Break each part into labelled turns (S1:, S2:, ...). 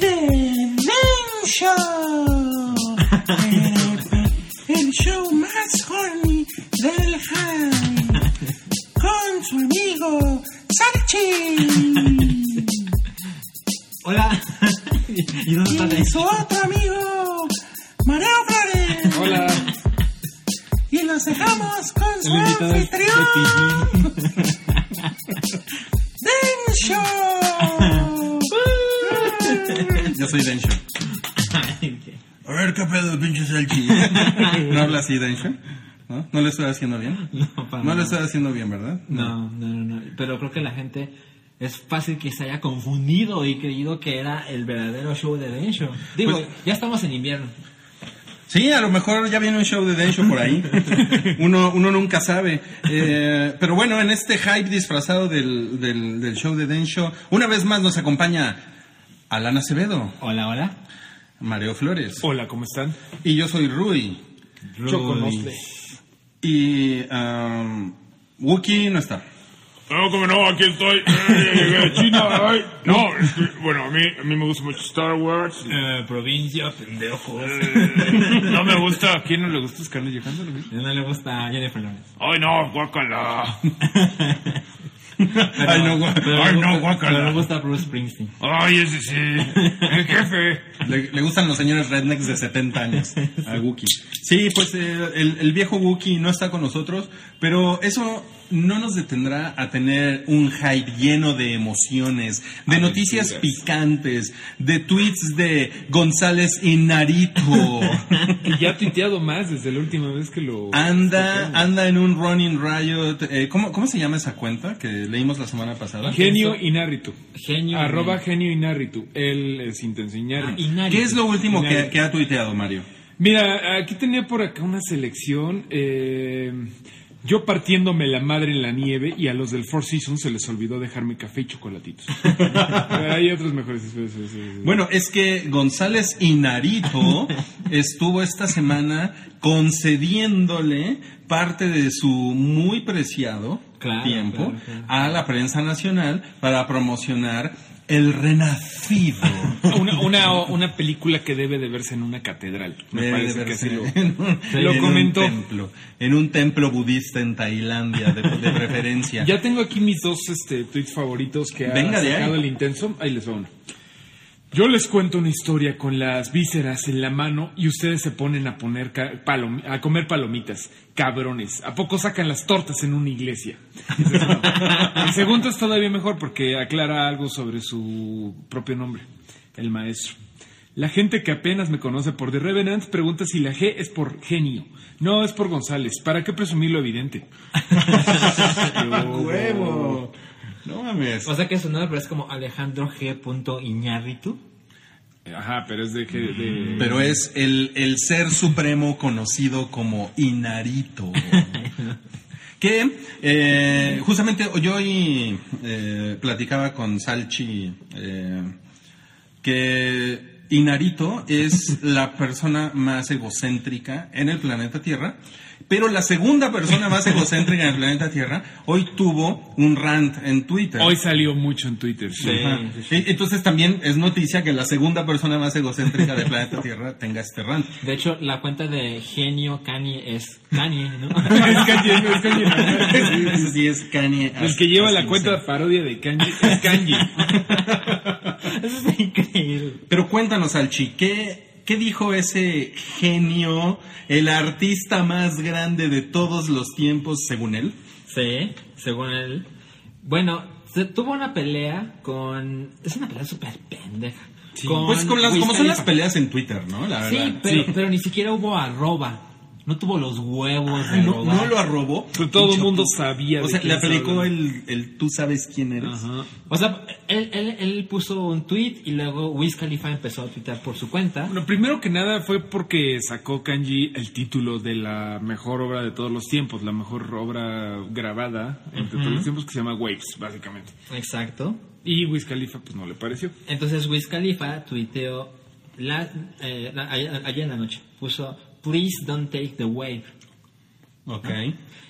S1: The Men Show. El show más horny del high. Con su amigo Sarchi.
S2: Hola. ¿Y dónde está
S1: Y
S2: Alex?
S1: su otro amigo Mareo Flores.
S3: Hola.
S1: Y los dejamos con su
S2: El invitado es
S1: anfitrión. Den Show.
S3: Yo soy Densho.
S2: Pepillo.
S3: A ver, ¿qué pedo, pinche Selchi? ¿No habla así, Densho? ¿No? ¿No lo estoy haciendo bien?
S2: No, para
S3: No lo
S2: nada.
S3: estoy haciendo bien, ¿verdad?
S2: No, no, no, no. Pero creo que la gente es fácil que se haya confundido y creído que era el verdadero show de Densho. Digo,
S3: Pues-
S2: ya estamos en invierno.
S3: Sí, a lo mejor ya viene un show de Densho por ahí. Uno, uno nunca sabe. Eh, pero bueno, en este hype disfrazado del, del, del show de Densho, una vez más nos acompaña Alana Acevedo,
S2: Hola, hola.
S3: Mareo Flores.
S4: Hola, ¿cómo están?
S3: Y yo soy Rui.
S4: Yo conozco.
S3: Y um, Wookie no está.
S4: No, como no, aquí estoy. Eh, llegué a China, ay. No, es que, bueno, a mí, a mí me gusta mucho Star Wars.
S5: Eh,
S2: provincia, pendejo.
S4: Eh, no me gusta. ¿A quién no le gusta Scarlett Johansson?
S2: No le gusta a Jennifer Lawrence.
S4: Ay, no, guacala.
S2: Pero-
S3: Ay, no, gua-
S2: pero le
S4: ay, no,
S2: gusta-
S4: guácala.
S2: Pero le gusta Bruce Springsteen.
S4: Ay, ese sí. El jefe.
S3: Le, le gustan los señores rednecks de 70 años a Wookie. Sí, pues eh, el, el viejo Wookie no está con nosotros, pero eso no nos detendrá a tener un hype lleno de emociones, de noticias picantes, de tweets de González Inarito.
S5: Y ya ha tuiteado más desde la última vez que lo.
S3: Anda, anda en un Running Riot. eh, ¿cómo, ¿Cómo se llama esa cuenta que leímos la semana pasada?
S5: Genio Inarritu.
S2: Genio.
S5: Arroba genio Inarritu. Él es sin te enseñar.
S2: Ah, Inari.
S3: ¿Qué es lo último que, que ha tuiteado Mario?
S5: Mira, aquí tenía por acá una selección. eh, yo partiéndome la madre en la nieve y a los del Four Seasons se les olvidó dejarme café y chocolatitos. Hay otros mejores. sí, sí, sí, sí.
S3: Bueno, es que González Inarito estuvo esta semana concediéndole parte de su muy preciado
S2: Claro,
S3: tiempo
S2: claro, claro.
S3: a la prensa nacional para promocionar El Renacido.
S5: Una, una, una película que debe de verse en una catedral. Me
S3: Debe
S5: parece
S3: Eh, de
S5: que así
S3: verse
S5: lo.
S3: en un-
S5: lo
S3: en
S5: comentó.
S3: Un templo, en un templo budista en Tailandia, de, de preferencia.
S5: Ya tengo aquí mis dos este, tweets favoritos que ha
S3: Venga de ahí.
S5: sacado el intenso. Ahí les va uno. Yo les cuento una historia con las vísceras en la mano y ustedes se ponen a, poner ca- palom- a comer palomitas. Cabrones. ¿A poco sacan las tortas en una iglesia? Ese es uno. El segundo es todavía mejor porque aclara algo sobre su propio nombre, el maestro. La gente que apenas me conoce por The Revenant pregunta si la G es por genio. No, es por González. ¿Para qué presumir lo evidente?
S3: ¡Huevo! No mames.
S2: O sea que su nombre es como Alejandro G. Iñárritu.
S5: Ajá, pero es de que. de-
S3: Pero es el, el ser supremo conocido como Inarito. que eh, justamente yo hoy eh, platicaba con Salchi eh, que Inarito es la persona más egocéntrica en el planeta Tierra. Pero la segunda persona más egocéntrica en el planeta Tierra hoy tuvo un rant en Twitter.
S5: Mm. Hoy salió mucho en Twitter.
S3: Ajá. E- Entonces también es noticia que la segunda persona más egocéntrica del planeta Tierra tenga este rant.
S2: De hecho, la cuenta de Genio Kanye es Kanye, ¿no?
S5: Es Kanye, es Kanye.
S3: Sí, sí, es Kanye.
S5: El que lleva la
S3: Así
S5: cuenta de
S3: es.
S5: parodia de Kanji es Kanji.
S2: Eso es increíble.
S3: Pero cuéntanos, Alchi, ¿qué, ¿qué dijo ese genio, el artista más grande de todos los tiempos, según él?
S2: Sí, según él. Bueno, se tuvo una pelea con... Es una pelea súper pendeja.
S3: pues con las,
S2: Wiz
S3: como son las
S2: Khalifa.
S3: peleas en Twitter, ¿no? La Ah, verdad.
S2: Sí, pero, pero ni siquiera hubo arroba. No tuvo los huevos de
S3: No,
S2: arrobar.
S3: no lo arrobó.
S5: Pero todo el mundo
S3: Pinche puto.
S5: sabía
S3: O
S5: de
S3: sea,
S5: quién
S3: le
S5: estaba
S3: aplicó
S5: hablando.
S3: el, el tú sabes quién eres.
S5: Ajá.
S2: O sea, él, él, él puso un tweet y luego Wiz Khalifa empezó a tuitear por su cuenta.
S5: Lo primero que nada fue porque sacó Kanji el título de la mejor obra de todos los tiempos, la mejor obra grabada entre todos los tiempos que se llama Waves, básicamente.
S2: Exacto.
S5: Y Wiz Khalifa pues no le pareció.
S2: Entonces Wiz Khalifa tuiteó la, eh, la- ayer ayer en la noche. Puso, please don't take the wave.
S3: Ok.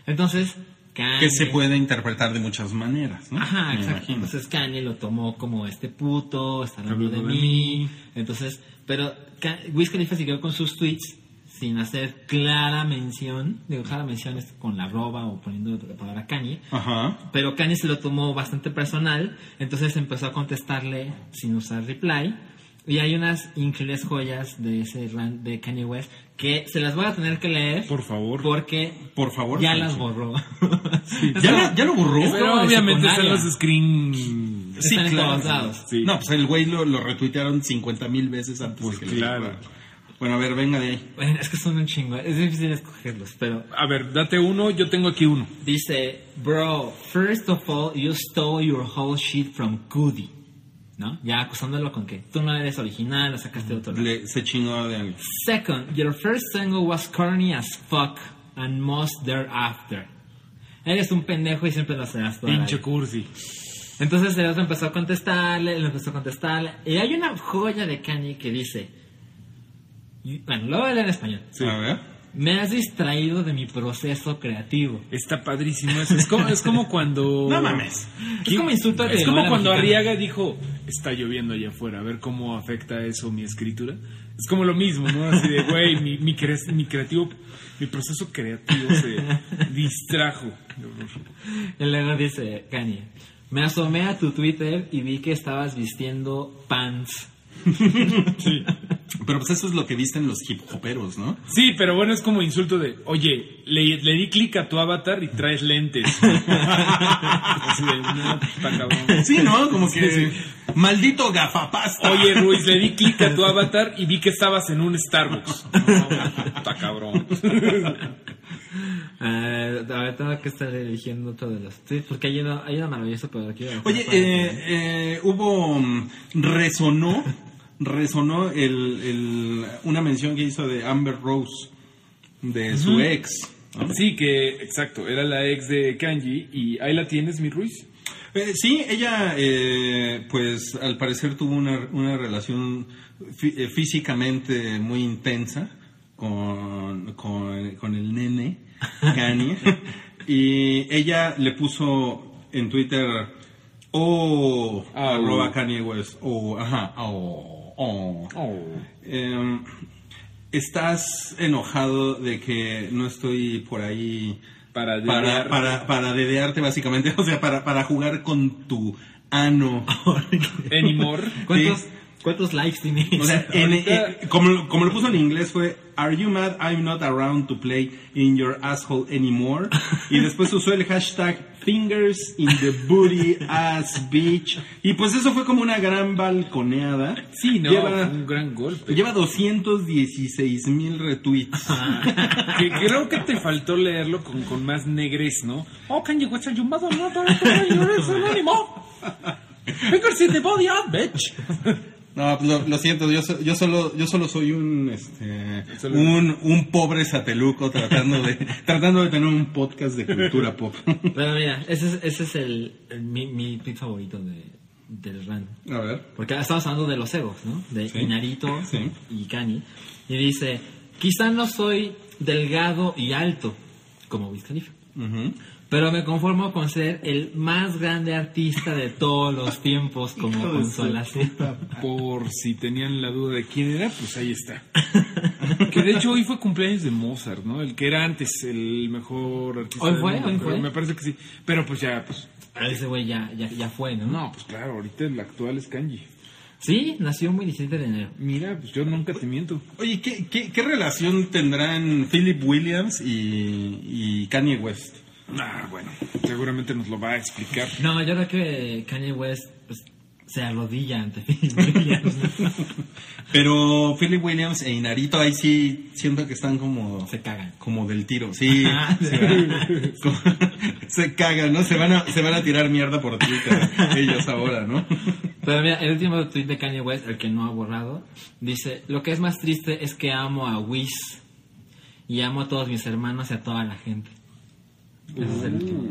S2: Entonces, Scanner.
S3: Que se puede interpretar de muchas maneras, ¿no?
S2: Ajá,
S3: Me
S2: exacto.
S3: imagino.
S2: Entonces Kanye lo tomó como este puto, está hablando de mí. Entonces, pero Ka- Wiz Khalifa siguió con sus tweets sin hacer clara mención, digo, clara mención es con la arroba o poniendo la palabra Kanye.
S3: Ajá.
S2: Pero Kanye se lo tomó bastante personal, entonces empezó a contestarle sin usar reply. Y hay unas increíbles joyas de ese rant de Kanye West que se las voy a tener que leer.
S3: Por favor.
S2: Porque
S3: Por favor.
S2: ya
S3: Sancho.
S2: las borró.
S3: ¿Ya la- ya lo borró?
S2: Es como
S5: Pero
S2: de
S5: obviamente son
S2: secundaria.
S5: los screen.
S2: Sí, Están en todos lados.
S5: Sí.
S3: No, pues el güey lo, lo retuitearon 50 mil veces antes
S5: Pues
S3: de que lo
S5: claro.
S3: borraran. Bueno, a ver, venga de ahí.
S2: Bueno, es que son un chingo. Es difícil escogerlos, pero
S5: A ver, date uno, yo tengo aquí uno.
S2: dice, bro, first of all, you stole your whole shit from Cudi. ¿No? Ya acusándolo con que tú no eres original, lo sacaste de otro lado.
S3: Le- se chingó de alguien.
S2: Second, your first single was corny as fuck and most thereafter. Eres un pendejo y siempre lo serás toda la
S5: Pinche
S2: vida.
S5: cursi.
S2: Entonces el otro empezó a contestarle, le empezó a contestarle. Y hay una joya de Kanye que dice... y- Bueno, lo voy a leer en español.
S3: A ver.
S2: Me has distraído de mi proceso creativo.
S5: Está padrísimo eso. Es como, es como cuando.
S3: No mames.
S2: Es como insulto de
S5: Es como
S2: novela
S5: cuando
S2: mexicana.
S5: Arriaga dijo: Está lloviendo allá afuera, a ver cómo afecta eso mi escritura. Es como lo mismo, ¿no? Así de, güey, mi, mi, cre- mi creativo, mi proceso creativo se distrajo.
S2: Y luego dice Kanye, me asomé a tu Twitter y vi que estabas vistiendo pants.
S3: Pero pues eso es lo que visten los hip hoperos, ¿no?
S5: Sí, pero bueno, es como insulto de, oye, le, le di clic a tu avatar y traes lentes. Así de, no, pues, está cabrón.
S3: Sí, ¿no? Como que. Maldito gafapasta.
S5: Oye, Ruiz, le di clic a tu avatar y vi que estabas en un Starbucks. No, está cabrón.
S2: Ah, a ver, tengo que estar eligiendo otro de los tweets porque hay uno, hay uno maravilloso, pero aquí...
S3: Oye, eh, eh, hubo. mm, Resonó. Resonó el, el- una mención que hizo de Amber Rose, de su ex.
S5: Sí, que, exacto, era la ex de Kanji y ahí la tienes, mi Ruiz.
S3: Eh, sí, ella, eh, pues al parecer tuvo una, una relación fí- eh, físicamente muy intensa con, con, con el nene, Kanye. y ella le puso en Twitter, oh,
S5: Ah,
S3: arroba
S5: oh.
S3: Kanye West, oh, ajá, oh, oh.
S5: Oh.
S3: Em, ¿Estás enojado de que no estoy por ahí
S5: Para
S3: para,
S5: dedear.
S3: para, para dedearte básicamente? O sea, para, para jugar con tu ano.
S5: Anymore.
S2: ¿Cuántos,
S3: sí.
S2: ¿cuántos likes tiene?
S3: O sea, en-
S5: Ahorita-
S3: eh, como, lo- como lo puso en inglés fue Are you mad I'm not around to play in your asshole anymore? Y después usó el hashtag Fingers in the booty ass bitch. Y pues eso fue como una gran balconeada.
S5: Sí, no,
S3: Lleva-
S5: fue un gran golpe.
S3: Lleva 216 mil retweets.
S5: Que creo que te faltó leerlo con, con más negres, ¿no? Oh, Kanye West, are you mad or not? You're an anymore. Fingers in the body, ah, bitch.
S3: No, pues lo, lo siento, yo, so- yo solo yo solo soy un este
S5: Solo-
S3: un, un pobre sateluco tratando de tratando de tener un podcast de cultura pop.
S2: Pero mira, ese es, ese es el, el- mi, mi tweet favorito de, del rant.
S3: A ver.
S2: Porque estamos hablando de los egos, ¿no? De
S3: Sí.
S2: Inarito
S3: Sí.
S2: y Kanye. Y dice, quizá no soy delgado y alto, como Wiz Khalifa,
S3: Ujú.
S2: pero me conformo con ser el más grande artista de todos los tiempos como
S3: Hijo de su
S2: consolación.
S5: Por si tenían la duda de quién era, pues ahí está. Que de hecho hoy fue cumpleaños de Mozart, ¿no? El que era antes el mejor artista.
S2: Hoy
S5: del
S2: fue,
S5: mundo,
S2: hoy
S5: pero
S2: fue.
S5: Me parece que sí. Pero pues ya, pues.
S2: Ah, Ese güey ya, ya, ya fue, ¿no?
S5: No, pues claro, ahorita el actual es Kanji.
S2: Sí, nació muy 17 de enero.
S5: Mira, pues yo nunca te miento.
S3: Oye, ¿qué, qué, qué relación tendrán Philip Williams y, y Kanye West?
S5: Ah, bueno, seguramente nos lo va a explicar.
S2: No, yo creo que Kanye West pues, se arrodilla ante Phil Williams. ¿no?
S3: Pero Philip Williams e Inarito ahí sí siento que están como
S2: se cagan.
S3: como del tiro, Ah, sí. se, van- como- se cagan, ¿no? Se van a se van a tirar mierda por Twitter ellos ahora, ¿no?
S2: Pero mira, el último tweet de Kanye West, el que no ha borrado, dice: Lo que es más triste es que amo a Wiz y amo a todos mis hermanos y a toda la gente. Ese
S3: Mm.
S2: es el último.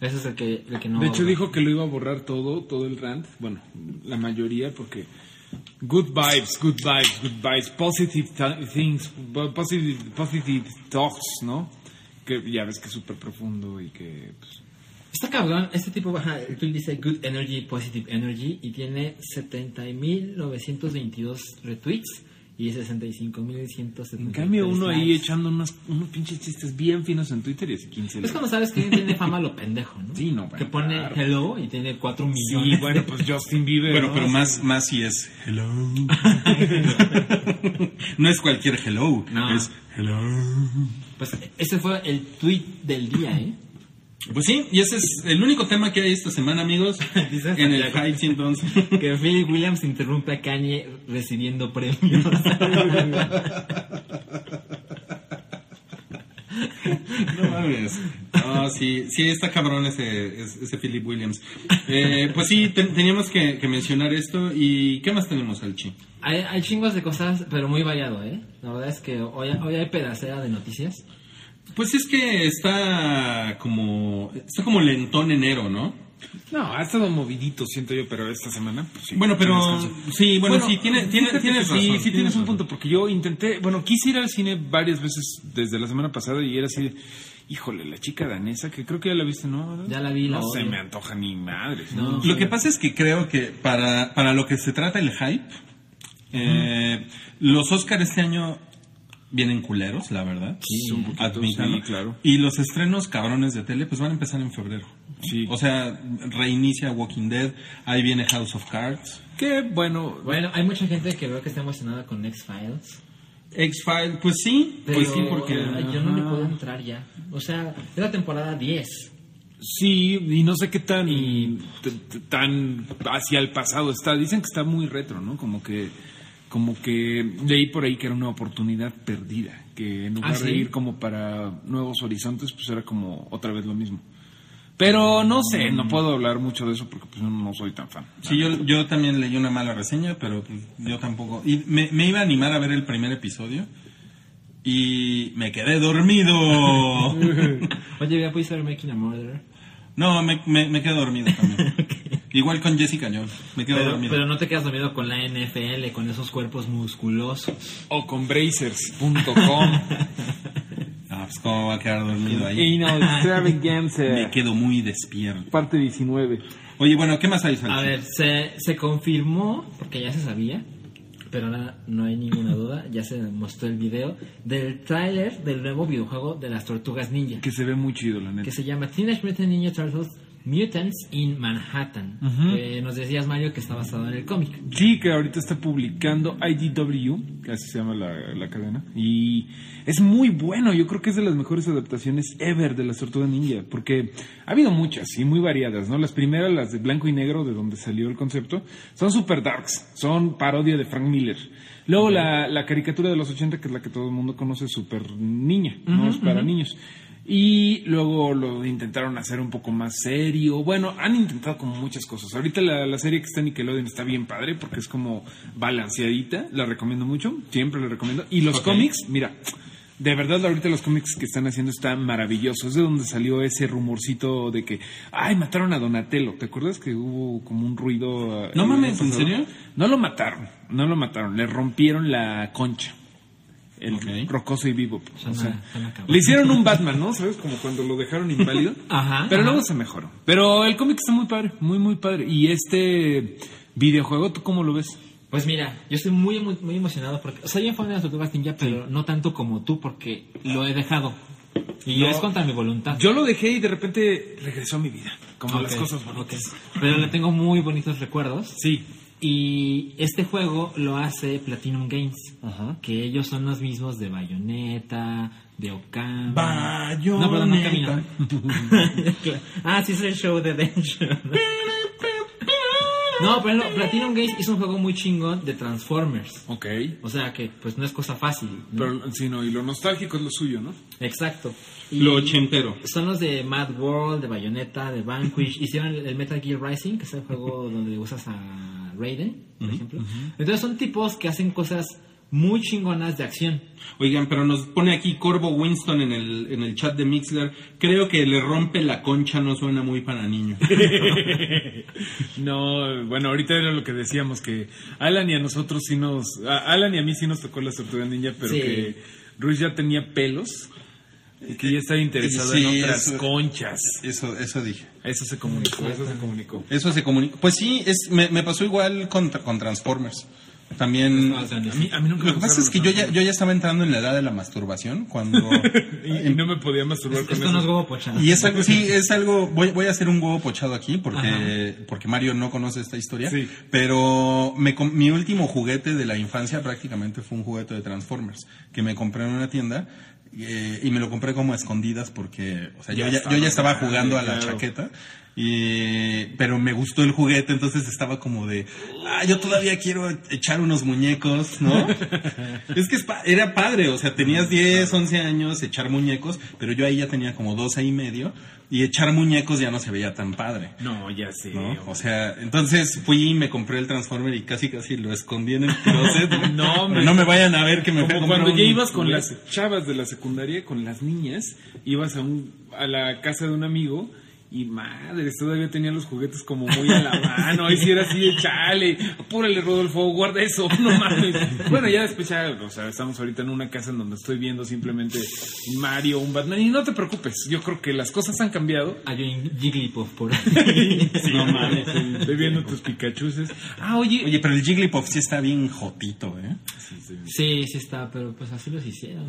S2: Ese es el que, el que no
S5: de
S2: ha
S5: hecho
S2: borrado.
S5: dijo que lo iba a borrar todo, todo el rant. Bueno, la mayoría porque... Good vibes, good vibes, good vibes, positive th- things, bu- positive, positive talks, ¿no? Que que ya ves que es súper profundo y que... pues,
S2: Está cabrón, este tipo ajá, el tweet dice Good Energy, Positive Energy y tiene 70.922 retweets y 65.170.
S5: en cambio, uno ahí echando unos, unos pinches chistes bien finos en Twitter y hace 15
S2: Es cuando sabes que tiene fama lo pendejo, ¿no?
S5: Sí, no,
S2: Que
S5: bueno,
S2: pone
S5: claro.
S2: hello y tiene 4
S5: Sí,
S2: millones.
S5: bueno, pues Justin Bieber.
S3: Bueno,
S5: ¿no?
S3: pero más, más si es hello. no es cualquier hello,
S2: No.
S3: es hello.
S2: Pues ese fue el tweet del día, ¿eh?
S3: Pues sí, y ese es el único tema que hay esta semana, amigos,
S2: Dice
S3: en el
S2: Santiago.
S3: Huntington.
S2: Que Philip Williams interrumpe a Kanye recibiendo premios.
S3: No mames. No, sí, sí, está cabrón ese, ese ese Philip Williams. Eh, pues sí, ten- teníamos que, que mencionar esto. ¿Y qué más tenemos, Alchi?
S2: hay, hay chingos de cosas, pero muy variado, ¿eh? La verdad es que hoy, hoy hay pedacera de noticias.
S3: Pues es que está como, está como lentón enero, ¿no?
S5: No, ha estado movidito, siento yo, pero esta semana, pues sí.
S3: Bueno, pero sí, bueno, sí, tiene,
S5: fíjate
S3: tiene,
S5: que
S3: tienes
S5: sí,
S3: razón.
S5: Sí, tienes un
S3: razón.
S5: punto, porque yo intenté, bueno, quise ir al cine varias veces desde la semana pasada y era así, de, híjole, la chica danesa, que creo que ya la viste, ¿no?
S2: Ya la vi, la
S5: No se
S2: odio.
S5: me antoja ni madres.
S2: No.
S3: Lo que pasa es que creo que para, para lo que se trata el hype, eh, los Oscars este año vienen culeros, la verdad.
S5: Sí, un poquito,
S3: Admítalo.
S5: sí, claro.
S3: Y los estrenos cabrones de tele, pues van a empezar en febrero.
S5: Sí.
S3: O sea, reinicia Walking Dead, ahí viene House of Cards.
S5: Que bueno,
S2: Bueno, hay mucha gente que veo que está emocionada con X-Files.
S3: X-Files, pues sí,
S2: Pero
S3: pues sí, porque...
S2: ay, yo no le
S5: ajá.
S2: puedo entrar ya. O sea, es la temporada 10.
S5: sí, y no sé qué tan, t- t- tan hacia el pasado está. Dicen que está muy retro, ¿no? Como que, como que leí por ahí que era una oportunidad perdida, que en lugar
S2: ¿sí?
S5: de ir como para nuevos horizontes, pues era como otra vez lo mismo. Pero no sé, no puedo hablar mucho de eso porque pues no- no soy tan fan.
S3: Sí, yo, yo también leí una mala reseña, pero pues, yo tampoco. Y me, me iba a animar a ver el primer episodio y me quedé dormido.
S2: Oye, ya pudiste ver Making a Murderer.
S3: No, me, me, me quedo dormido también. Igual con Jessica Jones, me quedo
S2: Pero,
S3: dormido.
S2: pero no te quedas dormido con la NFL, con esos cuerpos musculosos.
S5: O con bracers.com.
S3: Ah, pues cómo va a quedar dormido ahí.
S5: Anal
S3: Me
S5: Extravaganza,
S3: quedo muy despierto.
S5: parte 19.
S3: Oye, bueno, ¿qué más hay, Santi?
S2: A ver, se, se confirmó, porque ya se sabía, pero ahora no hay ninguna duda, ya se mostró el video del tráiler del nuevo videojuego de las tortugas ninja,
S5: Que se ve muy chido, la neta.
S2: que se llama Teenage Mutant Ninja Turtles Mutants in Manhattan. que nos decías, Mario, que está basado en el cómic.
S5: Sí, que ahorita está publicando IDW, que así se llama la, la cadena. Y es muy bueno, yo creo que es de las mejores adaptaciones ever de las Tortugas Ninja, porque ha habido muchas y muy variadas, ¿no? Las primeras, las de blanco y negro, de donde salió el concepto, son super darks, son parodia de Frank Miller. Luego la, la caricatura de los 80, que es la que todo el mundo conoce, super niña, ¿no? es para niños. Y luego lo intentaron hacer un poco más serio. Bueno, han intentado como muchas cosas. Ahorita la, la serie que está en Nickelodeon está bien padre porque es como balanceadita. La recomiendo mucho. Siempre la recomiendo. Y los cómics, mira, de verdad ahorita los cómics que están haciendo están maravillosos. Es de donde salió ese rumorcito de que, ay, mataron a Donatello. ¿Te acuerdas que hubo como un ruido? eh,
S3: No mames,
S5: el año
S3: ¿en
S5: pasado?
S3: serio?
S5: No lo mataron. No lo mataron. Le rompieron la concha. El
S3: Ok.
S5: rocoso y vivo.
S2: Suena-
S5: o sea,
S2: suena cabrón.
S5: le hicieron un Batman, ¿no? ¿Sabes? Como cuando lo dejaron inválido.
S2: Ajá,
S5: Pero
S2: ajá.
S5: luego se mejoró. Pero el cómic está muy padre, muy, muy padre. Y este videojuego, ¿tú cómo lo ves?
S2: Pues mira, yo estoy muy, muy, muy emocionado porque soy bien fan de las tortugas ninja, pero no tanto como tú porque lo he dejado. Y
S5: No.
S2: es contra mi voluntad.
S5: Yo lo dejé y de repente regresó a mi vida. Como
S2: Ok,
S5: las cosas bonitas.
S2: ok. Pero le tengo muy bonitos recuerdos.
S5: Sí.
S2: Y este juego lo hace Platinum Games, que ellos son los mismos de Bayonetta, de Okami.
S3: Bayonetta.
S2: No, perdón, no camino. ah, sí es el show de Dungeon. no, pero no, Platinum Games hizo un juego muy chingón de Transformers.
S5: Ok.
S2: O sea que, pues no es cosa fácil. ¿no?
S5: Pero, sí, no, y lo nostálgico es lo suyo, ¿no?
S2: Exacto. Y
S3: Lo ochentero.
S2: Son los de Mad World, de Bayonetta, de Vanquish. Hicieron el, el Metal Gear Rising, que es el juego donde usas a Raiden, por ejemplo. Entonces son tipos que hacen cosas muy chingonas de acción.
S3: Oigan, pero nos pone aquí Corvo Winston en el, en el chat de Mixler. Creo que le rompe la concha, no suena muy para niño.
S5: No, bueno, ahorita era lo que decíamos, que Alan y a nosotros sí nos... a Alan y a mí sí nos tocó la tortuga ninja, pero
S2: Sí.
S5: que Ruiz ya tenía pelos. Y que ya estaba interesado
S3: Sí,
S5: en otras
S3: eso-
S5: conchas.
S3: Eso, eso dije.
S5: Eso se comunicó, eso se comunicó.
S3: Eso se comunica. Pues sí, es, me, me pasó igual con, tra- con Transformers. También.
S2: No, o sea,
S5: A mí, a mí nunca
S3: Lo
S5: me
S3: que pasa
S5: gustaron
S3: es que
S5: los
S3: yo ya, yo ya estaba entrando en la edad de la masturbación cuando...
S5: Y, y no me podía masturbar Em, con
S2: Esto
S5: eso.
S2: no es huevo pochado.
S3: Y es algo, sí, es algo, voy, voy a hacer un huevo pochado aquí porque,
S2: Ajá.
S3: porque Mario no conoce esta historia,
S5: Sí.
S3: pero me com- mi último juguete de la infancia prácticamente fue un juguete de Transformers que me compré en una tienda eh, y me lo compré como a escondidas porque, o sea,
S5: Ya
S3: yo, ya,
S5: estaba
S3: yo ya estaba
S5: grande,
S3: jugando a la
S5: claro.
S3: chaqueta. Y, pero me gustó el juguete, entonces estaba como de, ah, yo todavía quiero echar unos muñecos, ¿no? Es que es pa- era padre, o sea, tenías 10, 11 años, echar muñecos, pero yo ahí ya tenía como 12 y medio, y echar muñecos ya no se veía tan padre.
S5: No, ya sé.
S3: ¿no?
S5: hombre.
S3: O sea, entonces fui y me compré el Transformer y casi casi lo escondí en el closet.
S5: No, hombre.
S3: No me vayan a ver que me fui a
S5: Como
S3: comprar
S5: cuando ya
S3: un-
S5: ibas con las chavas de la secundaria, con las niñas, ibas a, un, a la casa de un amigo y madres, todavía tenía los juguetes como muy a la mano. Ahí sí era así de chale, apúrale Rodolfo, guarda eso, no mames. Bueno, ya después ya, o sea, estamos ahorita en una casa en donde estoy viendo simplemente un Mario, un Batman. Y no te preocupes, yo creo que las cosas han cambiado.
S2: Hay un Ah, Jigglypuff por ahí.
S3: No mames.
S5: Estoy viendo tus Pikachuses. Ah, oye,
S3: Oye, pero el Jigglypuff sí está bien jotito, ¿eh?
S2: Sí, sí está, pero pues así los hicieron.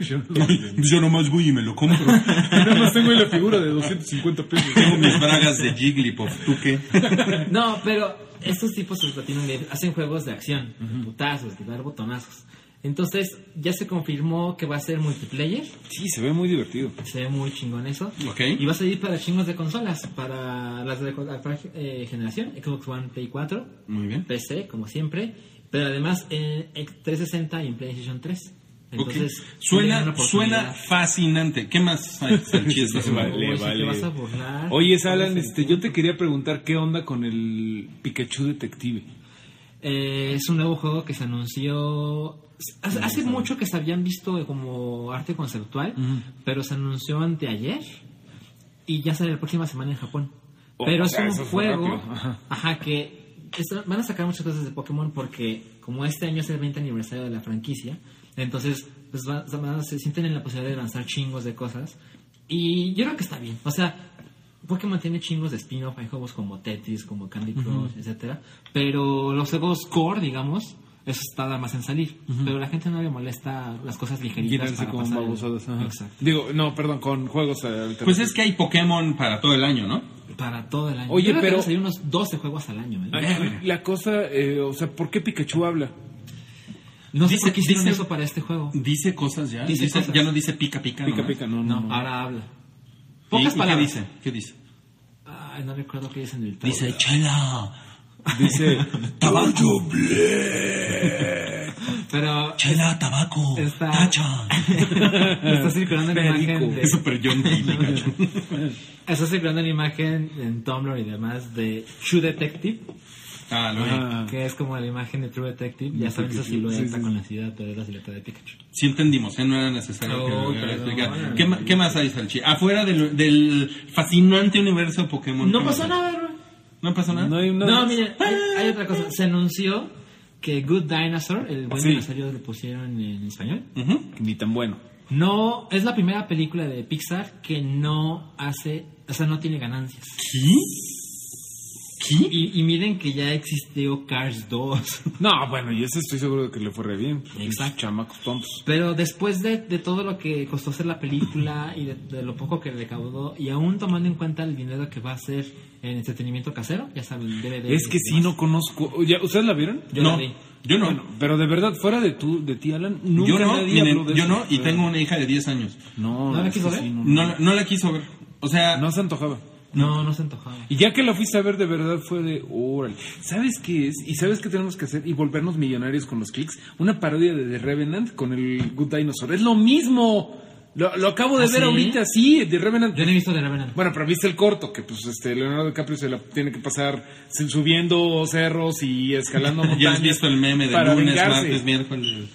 S5: yo no lo-
S3: Pues Yo nomás voy y me lo compro.
S5: Nada más tengo ahí la figura de 250 pesos.
S3: Tengo mis bragas de Jigglypuff, ¿tú qué?
S2: No, pero estos tipos se platinan de- hacen juegos de acción, de putazos, de dar botonazos. Entonces, ya se confirmó que va a ser multiplayer.
S5: Sí, se ve muy divertido.
S2: Se ve muy chingón eso.
S3: Ok.
S2: Y va a salir para chingos de consolas, para las de la actual eh, generación, Xbox One, Play 4,
S3: Muy bien.
S2: PC, como siempre, pero además en X- 360 y en PlayStation 3. Entonces,
S3: Ok.
S2: tienen una
S3: Suena, suena
S2: oportunidad.
S3: fascinante. ¿Qué más hay, Salchis?
S5: Sí, vale,
S2: Uy, sí te
S5: vale.
S2: vas a burlar.
S5: Oye, Alan, este, yo te quería preguntar qué onda con el Pikachu Detective.
S2: Eh, es un nuevo juego que se anunció. Hace, hace mucho que se habían visto como arte conceptual, pero se anunció anteayer y ya sale la próxima semana en Japón.
S5: Oh,
S2: pero
S5: o
S2: es
S5: sea,
S2: un
S5: eso fue
S2: juego,
S5: rápido. Ajá.
S2: ajá, que es- van a sacar muchas cosas de Pokémon porque como este año es el 20 aniversario de la franquicia, entonces pues va- van a- se sienten en la posibilidad de lanzar chingos de cosas y yo creo que está bien, o sea, Pokémon tiene chingos de spin-off, hay juegos como Tetris, como Candy Crush, etcétera, pero los juegos core, digamos, eso tarda más en salir, pero la gente no le molesta las cosas ligeritas
S5: Llenarse
S2: para
S5: con
S2: pasar el-
S5: babosadas. ajá.
S2: Exacto.
S5: Digo, no, perdón, con juegos eh, alternativos.
S3: Pues es que hay Pokémon para todo el año, ¿no?
S2: Para todo el año.
S5: Oye,
S2: Yo creo que
S5: pero-
S2: van a salir unos 12 juegos al año, ¿eh?
S5: Ay, La cosa, eh, o sea, ¿por qué Pikachu habla?
S2: No sé
S3: Dice-
S2: por qué hicieron
S3: dice-
S2: eso para este juego.
S3: Dice cosas ya.
S2: Dice
S3: Dice-
S2: cosas.
S3: Ya no dice pica pica.
S5: Pica,
S3: ¿no?
S5: pica, no, no.
S2: No, Ah.
S5: no.
S2: ahora habla.
S3: ¿Y-
S2: Pocas
S3: y
S2: palabras.
S3: ¿Qué dice? ¿Qué dice?
S2: Ay, no recuerdo qué dicen del
S3: Dice chela.
S5: Dice,
S3: Tabaco.
S2: Pero
S3: Chela, tabaco.
S2: está.
S3: Tacha.
S2: está circulando la imagen.
S5: Perico.
S2: de-
S3: Es super John Dee, Pikachu.
S2: está circulando la imagen en Tumblr y demás de True Detective,
S3: Ah, lo vi.
S5: Ah.
S2: que es como la imagen de True Detective. Ya saben esa
S5: Pikachu,
S2: silueta
S5: sí, sí,
S2: con la ciudad, pero es la silueta de Pikachu.
S3: Sí entendimos, ¿eh? no era necesario que
S2: Oh,
S3: lo hubiera
S2: perdón.
S3: explicado. ¿Qué, ma- qué más hay, Salchi? Afuera del, del fascinante universo Pokémon.
S2: No
S3: ¿qué
S2: pasó
S3: más hay?
S2: nada, bro.
S3: ¿No pasó nada?
S5: no hay una...
S2: No, mire, hay, hay otra cosa. Se anunció que Good Dinosaur, el buen
S5: Sí.
S2: dinosaurio lo pusieron en español.
S3: Ujú.
S5: Ni tan bueno.
S2: No, es la primera película de Pixar que no hace, o sea, no tiene ganancias.
S3: ¿Qué?
S2: Y, y miren que ya existió Cars 2.
S5: No, bueno, y eso estoy seguro de que le fue re bien. Pues,
S2: Exacto.
S5: Chamacos tontos.
S2: Pero después de, de todo lo que costó hacer la película y de, de lo poco que recaudó, y aún tomando en cuenta el dinero que va a hacer en entretenimiento casero, ya saben, el DVD.
S5: Es que
S2: y
S5: sí,
S2: demás.
S5: no conozco... ¿Ya, ¿Ustedes la vieron?
S2: Yo
S3: no,
S2: la vi.
S3: yo no.
S5: Bueno, pero de verdad, fuera de, tú, de ti, Alan, nunca
S3: yo no,
S5: nadie
S3: miren,
S5: habló de
S3: yo
S5: eso.
S3: no, y tengo una hija de 10 años.
S5: No,
S2: ¿No la
S5: es que
S2: quiso ver?
S5: no, no.
S3: No, la- no la quiso ver. O sea,
S5: No se antojaba.
S2: No, no se antojaba.
S5: Y ya que la fuiste a ver de verdad fue de órale. ¿Sabes qué es? ¿Y sabes qué tenemos que hacer? Y volvernos millonarios con los clics. Una parodia de The Revenant con el Good Dinosaur. Es lo mismo. Lo, lo acabo de
S2: ¿Ah,
S5: ver
S2: sí?
S5: ahorita, sí, The Revenant.
S2: Yo no he visto de Revenant.
S5: Bueno, pero viste el corto, que pues este Leonardo DiCaprio se la tiene que pasar se- subiendo cerros y escalando montañas.
S3: ya has visto el meme de
S5: para
S3: lunes,
S5: vengarse.
S3: martes, miércoles.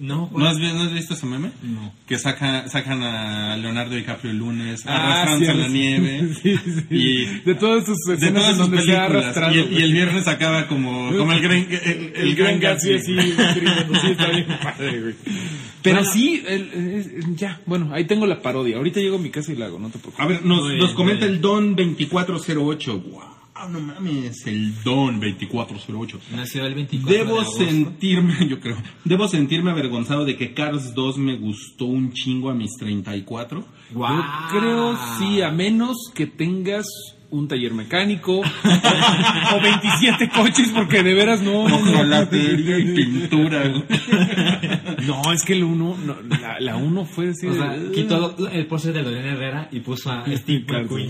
S2: No,
S3: ¿No
S2: ¿cuál?
S3: has, vi- no has visto ese meme?
S2: No.
S3: Que saca, sacan a Leonardo DiCaprio el lunes,
S5: Ah,
S3: arrastrándose
S5: sí,
S3: en la
S5: sí.
S3: nieve.
S5: Sí, sí.
S3: Y-
S5: de todas sus
S3: De
S5: escenas
S3: todas
S5: en
S3: sus
S5: donde se ha
S3: películas.
S5: arrastrado.
S3: Y el, y el viernes acaba como, como el, gran- el, el
S5: El, gran Gatsby así,
S3: Sí,
S5: riendo, sí, está bien padre, güey. Pero
S2: Bueno.
S5: sí, el- es- ya, bueno, ahí tengo la parodia. Ahorita llego a mi casa y la hago, no te preocupes.
S3: A ver, nos,
S2: Muy bien,
S3: nos comenta
S2: muy
S3: el Don 2408. Wow, no mames, el Don 2408.
S2: Nació el 24 de
S3: Debo
S2: agosto.
S3: sentirme, yo creo, debo sentirme avergonzado de que Cars 2 me gustó un chingo a mis 34.
S2: Ah, Guau.
S5: Yo creo sí, a menos que tengas un taller mecánico o 27 coches, porque de veras no. no, no.
S3: Ojalatería y pintura. güey.
S5: No, es que el uno, no, la, la uno fue así.
S2: O
S5: de-
S2: sea, quitó el póster de Lorena Herrera y puso a Steve
S5: Claro,
S2: McQueen.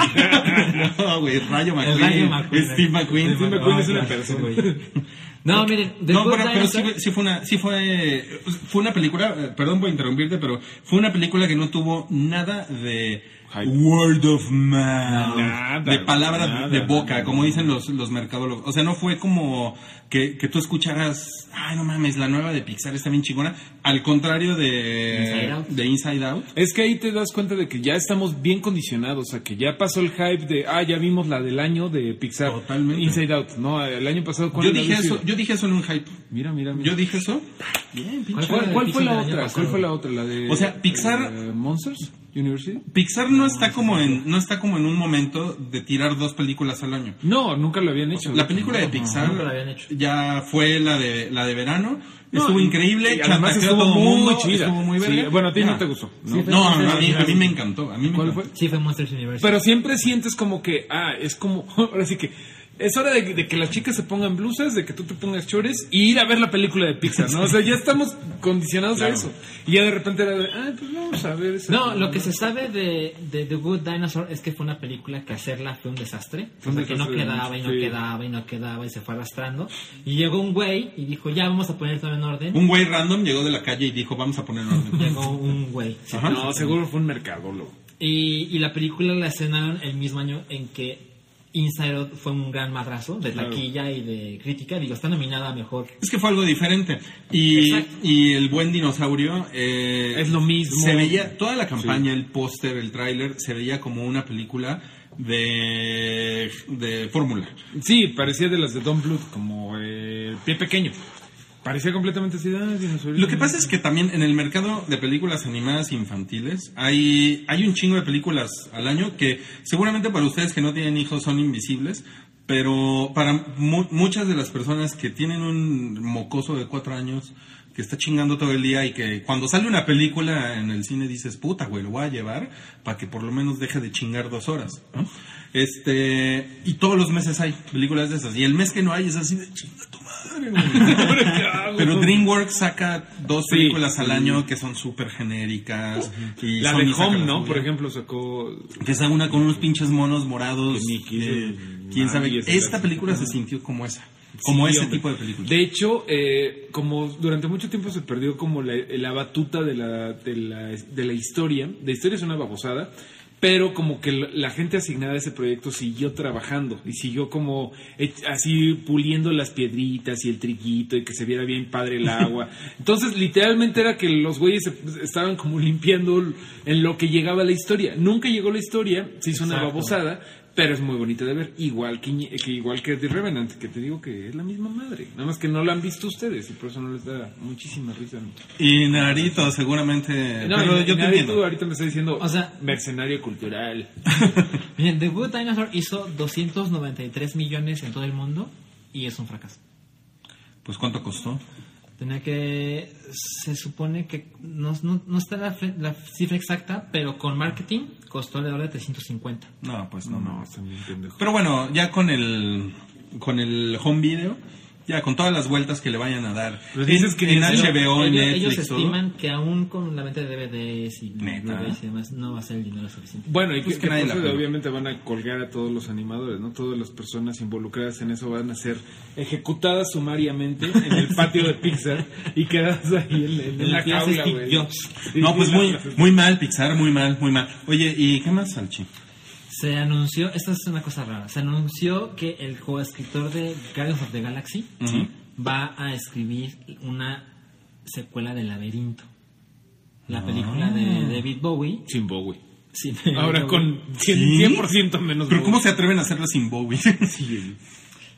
S3: No, güey, Rayo
S2: El
S3: McQueen.
S2: Rayo McQueen. eh.
S3: Steve McQueen.
S2: Steve
S5: McQueen es
S2: No,
S5: una
S2: claro,
S5: persona.
S2: güey. No, miren,
S3: No,
S2: después
S3: pero,
S2: de
S3: pero sí,
S2: esa-
S3: sí fue una, sí fue, fue una película, eh, perdón por interrumpirte, pero fue una película que no tuvo nada de
S5: Hype.
S3: word of mouth,
S5: Nada,
S3: de palabra
S5: nada,
S3: de boca, como dicen los, los mercadólogos. O sea, no fue como que, que tú escucharas, ay, no mames, la nueva de Pixar está bien chingona, al contrario de
S2: Inside Out.
S3: de Inside Out.
S5: Es que ahí te das cuenta de que ya estamos bien condicionados, a que ya pasó el hype de, ah, ya vimos la del año de Pixar.
S3: Totalmente.
S5: Inside Out. No, el año pasado, ¿cuál
S3: Yo
S5: era
S3: dije
S5: la
S3: eso,
S5: última?
S3: yo dije eso en un hype.
S5: Mira, mira, mira.
S3: Yo dije eso. Bien, pinche.
S2: ¿Cuál
S5: ¿Cuál, cuál fue
S2: Pixar del
S5: la
S2: año
S5: otra? ¿Cuál
S2: pasado?
S5: fue la otra? ¿La de,
S3: O sea, Pixar-
S5: eh, ¿Monsters University?
S3: Pixar no está como en, no está como en un momento de tirar dos películas al año.
S5: No, nunca lo habían hecho.
S3: La película de Pixar
S2: nunca la habían hecho.
S3: ya fue la de la de verano.
S5: No,
S3: estuvo
S5: y-
S3: increíble,
S5: y además
S3: chantajeó a
S5: estuvo
S3: todo
S5: muy
S3: mundo,
S5: chida.
S3: estuvo muy
S5: Sí,
S3: verga.
S5: bueno, a ti
S3: Ya.
S5: no te gustó. No.
S2: Sí,
S3: No, a mí, a mí- a mí me encantó. A mí me
S5: ¿Cuál
S3: encantó.
S5: fue?
S2: Sí, fue Monsters Universe.
S5: Pero siempre sientes como que, ah, es como, ahora sí que, es hora de, de que las chicas se pongan blusas, de que tú te pongas chores y ir a ver la película de Pixar, ¿no? O sea, ya estamos condicionados a
S3: Claro.
S5: eso. Y ya de repente era de, ah, pues vamos a ver eso.
S2: No, lo que se sabe de, de The Good Dinosaur es que fue una película que hacerla fue un desastre.
S5: Fue
S2: Fue
S5: un
S2: que no
S5: desastre,
S2: quedaba y no
S5: sí.
S2: quedaba y no quedaba y se fue arrastrando. Y llegó un güey y dijo, ya vamos a poner todo en orden.
S3: Un güey random llegó de la calle y dijo, vamos a poner en orden.
S2: Llegó un güey. sí.
S3: Ajá.
S5: No, seguro fue un mercadólogo.
S2: Y, y la película la estrenaron el mismo año en que Inside Out fue un gran madrazo de
S5: Claro.
S2: taquilla y de crítica. Digo, está nominada a mejor.
S3: Es que fue algo diferente. Y,
S2: Exacto.
S3: y el buen dinosaurio... eh,
S5: Es lo mismo.
S3: Se veía, toda la campaña, el póster, el tráiler, se veía como una película de, de fórmula.
S5: Sí, parecía de las de Don Bluth, como eh, pie pequeño. Parecía completamente así, ah, dinosaurio.
S3: Lo que pasa es que también en el mercado de películas animadas infantiles hay, hay un chingo de películas al año que seguramente para ustedes que no tienen hijos son invisibles, pero para mu- muchas de las personas que tienen un mocoso de cuatro años que está chingando todo el día y que cuando sale una película en el cine dices, puta, güey, lo voy a llevar para que por lo menos deje de chingar dos horas. ¿no? Este, y todos los meses hay películas de esas. Y el mes que no hay es así de chinga tu madre, güey". Pero DreamWorks saca dos
S5: Sí.
S3: películas al año que son súper genéricas. Y
S5: La
S3: Sony
S5: de
S3: saca
S5: Home,
S3: la
S5: ¿no?
S3: suya.
S5: Por ejemplo, sacó
S3: Que es una con unos pinches monos morados.
S5: Que ni quiso,
S3: eh,
S5: nadie
S3: quién sabe.
S5: se la-
S3: Esta película se sintió como esa. Como
S5: Sí,
S3: ese
S5: hombre.
S3: tipo de película.
S5: De hecho, eh, como durante mucho tiempo se perdió como la, la batuta de la, de, la, de la historia, de historia es una babosada, pero como que la la gente asignada a ese proyecto siguió trabajando y siguió como eh, así puliendo las piedritas y el triguito y que se viera bien padre el agua. Entonces, literalmente era que los güeyes se- estaban como limpiando en lo que llegaba la historia. Nunca llegó la historia, se hizo una
S2: Exacto.
S5: babosada animada, pero es muy bonita de ver, igual que, Iñ- que igual que The Revenant, que te digo que es la misma madre, nada más que no la han visto ustedes y por eso no les da muchísima risa.
S3: Y Narito, seguramente.
S5: No,
S3: Eh, pero
S5: y-
S3: yo
S5: y
S3: te
S5: nadie tú
S3: entiendo.
S5: ahorita me está diciendo,
S2: O sea-
S5: mercenario cultural.
S2: Miren, The Good Dinosaur hizo 293 millones en todo el mundo y es un fracaso.
S3: Pues cuánto costó.
S2: Tenía que. Se supone que. No, no, no está la, fe- la cifra exacta, pero con marketing costó alrededor de 350.
S3: No, pues no, no.
S5: está bien pendejo.
S3: Pero bueno, ya con el. Con el home video. Ya con todas las vueltas que le vayan a dar.
S5: Pero Pues dices
S3: En-
S5: que
S3: en
S5: ellos-
S3: HBO, en
S2: ellos,
S3: Netflix,
S2: ellos
S3: todo.
S2: estiman que aún con la venta de DVDs y
S3: Neta.
S2: Blu-rays y demás no va a ser el dinero suficiente.
S5: Bueno, y
S3: Pues
S5: que,
S3: que
S5: que
S3: nadie
S5: por
S3: la
S5: eso
S3: pela.
S5: obviamente van a colgar a todos los animadores, ¿no? Todas las personas involucradas en eso van a ser ejecutadas sumariamente en el patio de Pixar y quedas ahí en, en
S2: En la
S5: la
S2: clase
S5: jaula,
S2: Steve
S5: güey.
S2: Jobs.
S5: Sí,
S3: No,
S5: sí,
S3: pues
S5: la
S3: muy,
S5: clase.
S3: muy mal, Pixar, muy mal, muy mal. Oye, ¿y qué más, Salchi?
S2: Se anunció. Esta es una cosa rara. Se anunció que el coescritor de Guardians of the Galaxy
S3: Ujú.
S2: va a escribir una secuela de Laberinto. La
S3: Ah.
S2: película de David Bowie.
S5: Sin Bowie.
S2: Sí,
S5: Ahora
S2: David Bowie.
S5: con cien-
S3: ¿Sí?
S5: 100% menos
S3: Pero
S5: Bowie.
S3: ¿cómo se atreven a hacerlo sin Bowie?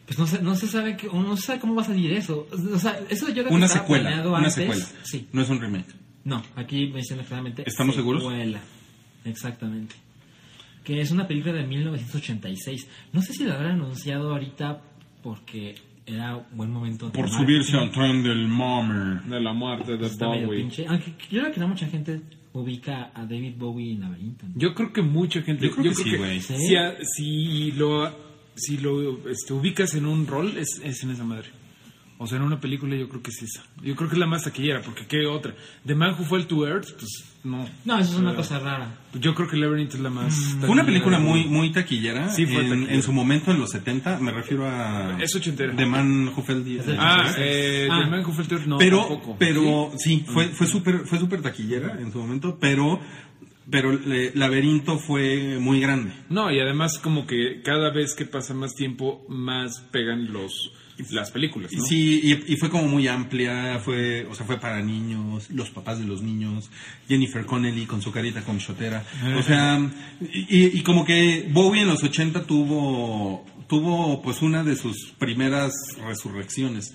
S2: Pues no se, no se sabe que, no se sabe cómo va a salir eso. O sea, eso yo creo que
S3: una
S2: estaba
S3: secuela,
S2: planeado
S3: una
S2: antes.
S3: secuela.
S2: Sí.
S3: No es un remake.
S2: No, aquí menciona claramente.
S3: ¿Estamos seguros?
S2: secuela. Exactamente. Que es una película de 1986. No sé si la habrán anunciado ahorita porque era buen momento. de
S3: Por
S2: marketing.
S3: subirse al tren del mame.
S5: De la muerte de
S2: Está medio
S5: Bowie.
S2: pinche. Aunque yo creo que no mucha gente ubica a David Bowie en Laberinto. ¿no?
S5: Yo creo que mucha gente.
S3: Yo creo que sí, güey.
S5: si, a- si lo, si lo este, ubicas en un rol, es, es en esa madre. O sea, en una película, yo creo que es esa. Yo creo que es la más taquillera, porque ¿qué otra? The Man Who Fell to Earth, pues no.
S2: No, eso es una
S5: Pero-
S2: cosa rara.
S5: Yo creo que Labyrinth es la más.
S3: Fue una
S5: taquillera.
S3: película muy, muy taquillera.
S5: Sí, fue
S3: en,
S5: taquillera.
S3: en su momento, en los 70, me refiero a.
S5: Es ochentera.
S3: The Man Who Fell the-
S2: Es del
S5: Ah,
S2: Sí.
S5: eh,
S2: Ah.
S5: The Man Who Fell to Earth, no.
S3: pero,
S5: tampoco.
S3: pero sí,
S5: Mm.
S3: fue, fue súper fue super taquillera en su momento, pero, pero eh, Laberinto fue muy grande.
S5: No, y además, como que cada vez que pasa más tiempo, más pegan los las películas,
S3: Y
S5: ¿no?
S3: Sí, y, y fue como muy amplia, fue, o sea, fue para niños, los papás de los niños, Jennifer Connelly con su carita con chotera. O sea, y, y- y como que Bowie en los 80 tuvo, tuvo pues una de sus primeras resurrecciones.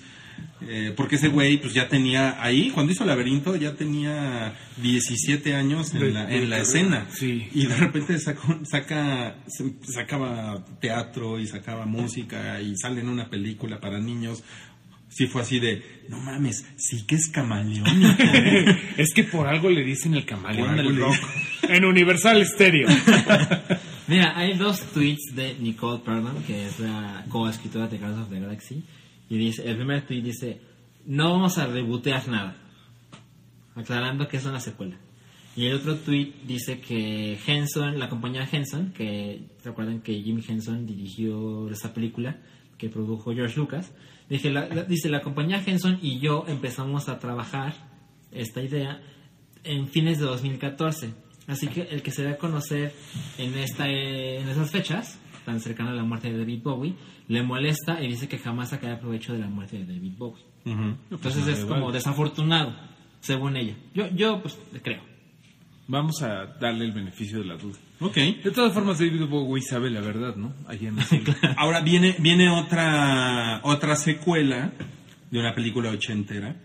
S3: Eh, porque ese güey pues ya tenía ahí, cuando hizo Laberinto, ya tenía 17 años
S5: De-
S3: en la,
S5: de
S3: en la
S5: carrera,
S3: escena.
S5: sí.
S3: Y de repente sacó- saca, se- sacaba teatro y sacaba música y sale en una película para niños. Sí fue así de, no mames, sí que es ¿eh? camaleón.
S5: Es que por algo le dicen el camaleón
S3: Por algo
S5: del
S3: le
S5: rock. En Universal Stereo.
S2: Mira, hay dos tweets de Nicole Perdon, que es la coescritora de Guardians of the Galaxy. Y dice, el primer tweet dice, no vamos a rebotear nada. Aclarando que es una secuela. Y el otro tweet dice que Henson, la compañía Henson, que recuerden que Jim Henson dirigió esta película que produjo George Lucas, dije, la- la- dice la compañía Henson y yo empezamos a trabajar esta idea en fines de 2014. Así que el que se da a conocer en, esta, eh, en esas fechas, tan cercano a la muerte de David Bowie, le molesta y dice que jamás sacará provecho de la muerte de David Bowie.
S3: Ujú.
S2: Entonces es como desafortunado, según ella. Yo, yo pues, le creo.
S5: Vamos a darle el beneficio de la duda.
S3: Ok.
S5: De todas formas, David Bowie sabe la verdad, ¿no? Allá en
S3: Ahora viene, viene otra, otra secuela de una película ochentera,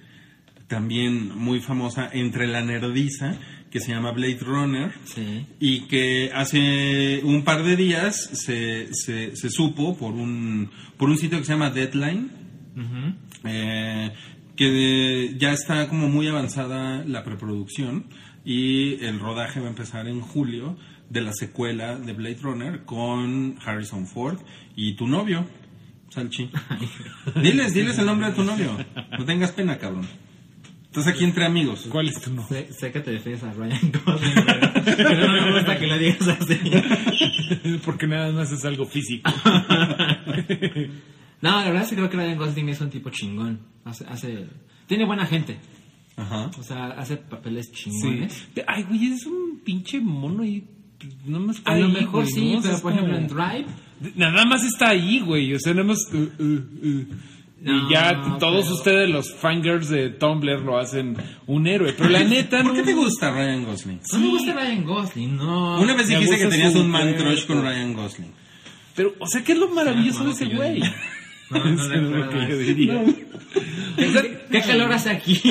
S3: también muy famosa entre la nerdiza, que se llama Blade Runner.
S2: Sí.
S3: y que hace un par de días se, se, se supo por un, por un sitio que se llama Deadline,
S2: Ujú.
S3: eh, que ya está como muy avanzada la preproducción y el rodaje va a empezar en julio de la secuela de Blade Runner con Harrison Ford y tu novio, Salchi. Diles, diles el nombre de tu novio. No tengas pena, cabrón. Estás aquí entre amigos.
S5: ¿Cuál es tu nombre?
S2: Sé, sé que te refieres a Ryan Gosling, pero- pero no me gusta que lo digas así.
S5: Porque nada más es algo físico.
S2: No, la verdad es que creo que Ryan Gosling es un tipo chingón. Hace, hace- tiene buena gente.
S3: Ajá.
S2: O sea, hace papeles
S5: Sí.
S2: chingones.
S5: Ay, güey, es un pinche mono y no más
S2: A
S5: ahí,
S2: lo mejor
S5: güey,
S2: sí,
S5: ¿no? O sea,
S2: pero
S5: es
S2: por
S5: como-
S2: ejemplo en Drive.
S5: Nada más está ahí, güey. O sea, nada más. uh, uh, uh.
S2: No,
S5: y ya todos
S2: pero-
S5: ustedes, los fangirls de Tumblr, lo hacen un héroe. Pero la neta,
S3: ¿Por
S5: no.
S3: qué te gusta Ryan Gosling?
S2: No me gusta Ryan Gosling, no.
S3: Una vez
S5: Me
S3: dijiste que
S5: gusta
S3: tenías
S5: su
S3: un man
S5: cuerpo.
S3: crush con Ryan Gosling.
S5: Pero, o sea, ¿qué es lo maravilloso de
S2: Claro,
S5: ese
S2: que yo
S5: güey?
S2: diría. No, no,
S5: Eso
S2: de
S5: es lo
S2: acuerdo,
S5: que yo
S2: sí.
S5: diría.
S2: ¿Qué, qué calor hace aquí?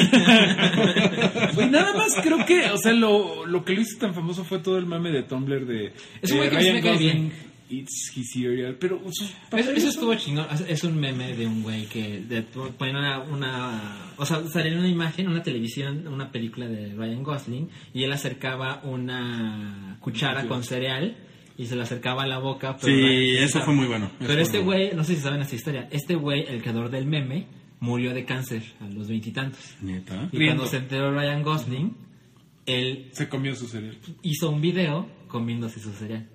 S5: Güey, nada más creo que, o sea, lo, lo que lo hizo tan famoso fue todo el mame de Tumblr de eh,
S2: Es un güey que sí me cae bien.
S5: It's his serial, pero sus
S2: Eso,
S5: papeles
S2: eso
S5: son-
S2: estuvo chingón. Es- Es un meme de un güey que de, ponen una, una- O sea, salió una imagen, una televisión, una película de Ryan Gosling. Y él acercaba una cuchara con cereal y se la acercaba a la boca. pero Ryan-
S3: Sí, eso fue muy bueno. Eso
S2: Pero
S3: fue
S2: este
S3: muy bueno.
S2: güey, no sé si saben esta historia. Este güey, el creador del meme, murió de cáncer a los veintitantos.
S3: Neta.
S2: Y,
S5: Riendo.
S2: cuando se enteró Ryan Gosling, él
S5: Se comió su cereal.
S2: hizo un video comiéndose su cereal.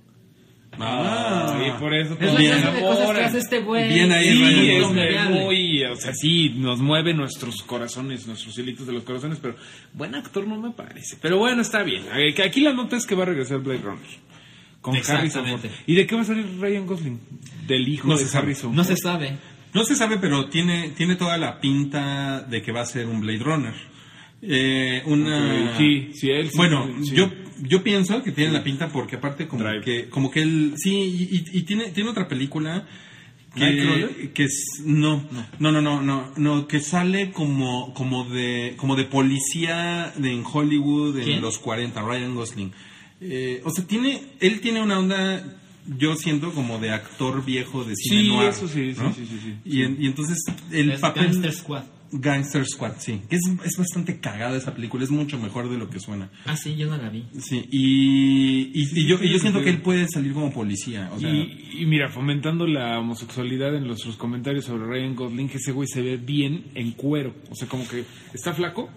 S3: Ah,
S5: y por eso
S2: Es
S5: todos
S2: la
S5: se
S2: clase de cosas que
S5: enamoran.
S2: hace este güey.
S3: Bien ahí,
S5: Sí,
S3: Ryan
S5: es
S3: Gosling.
S5: muy, o sea, sí, nos mueve nuestros corazones, nuestros hilitos de los corazones, pero buen actor no me parece. Pero bueno, está bien. Eh, que Aquí la nota es que va a regresar Blade Runner. Con Harrison Ford.
S2: Exactamente.
S5: ¿Y de qué va a salir Ryan Gosling? Del hijo
S3: No
S5: de
S3: se sabe.
S5: Harrison.
S2: No
S5: Ford.
S2: se sabe.
S3: No se sabe, pero tiene, tiene toda la pinta de que va a ser un Blade Runner. Eh, una...
S5: Sí, sí, él sí,
S3: Bueno,
S5: sí.
S3: yo, yo pienso que tiene la pinta porque aparte como
S5: Drive.
S3: que como que él... Sí, y, y- y tiene, tiene otra película que, que s- no, no, no, no, no, no, que sale como, como de, como de policía de, en Hollywood en
S2: ¿Quién?
S3: los 40, Ryan Gosling. Eh, o sea, tiene, él tiene una onda, yo siento como de actor viejo de cine
S5: Sí,
S3: noir,
S5: eso sí, sí,
S3: ¿no?
S5: sí, sí, sí.
S3: Y, en- y entonces el
S2: Es
S3: papel
S2: Gangster Squad.
S3: Gangster Squad, sí, que es, es bastante cagada esa película, es mucho mejor de lo que suena.
S2: Ah, sí, yo no la vi.
S3: Sí, y, y, y yo, y yo siento que él puede salir como policía, o sea,
S5: y, y mira, fomentando la homosexualidad en nuestros comentarios sobre Ryan Gosling, que ese güey se ve bien en cuero. O sea, como que está flaco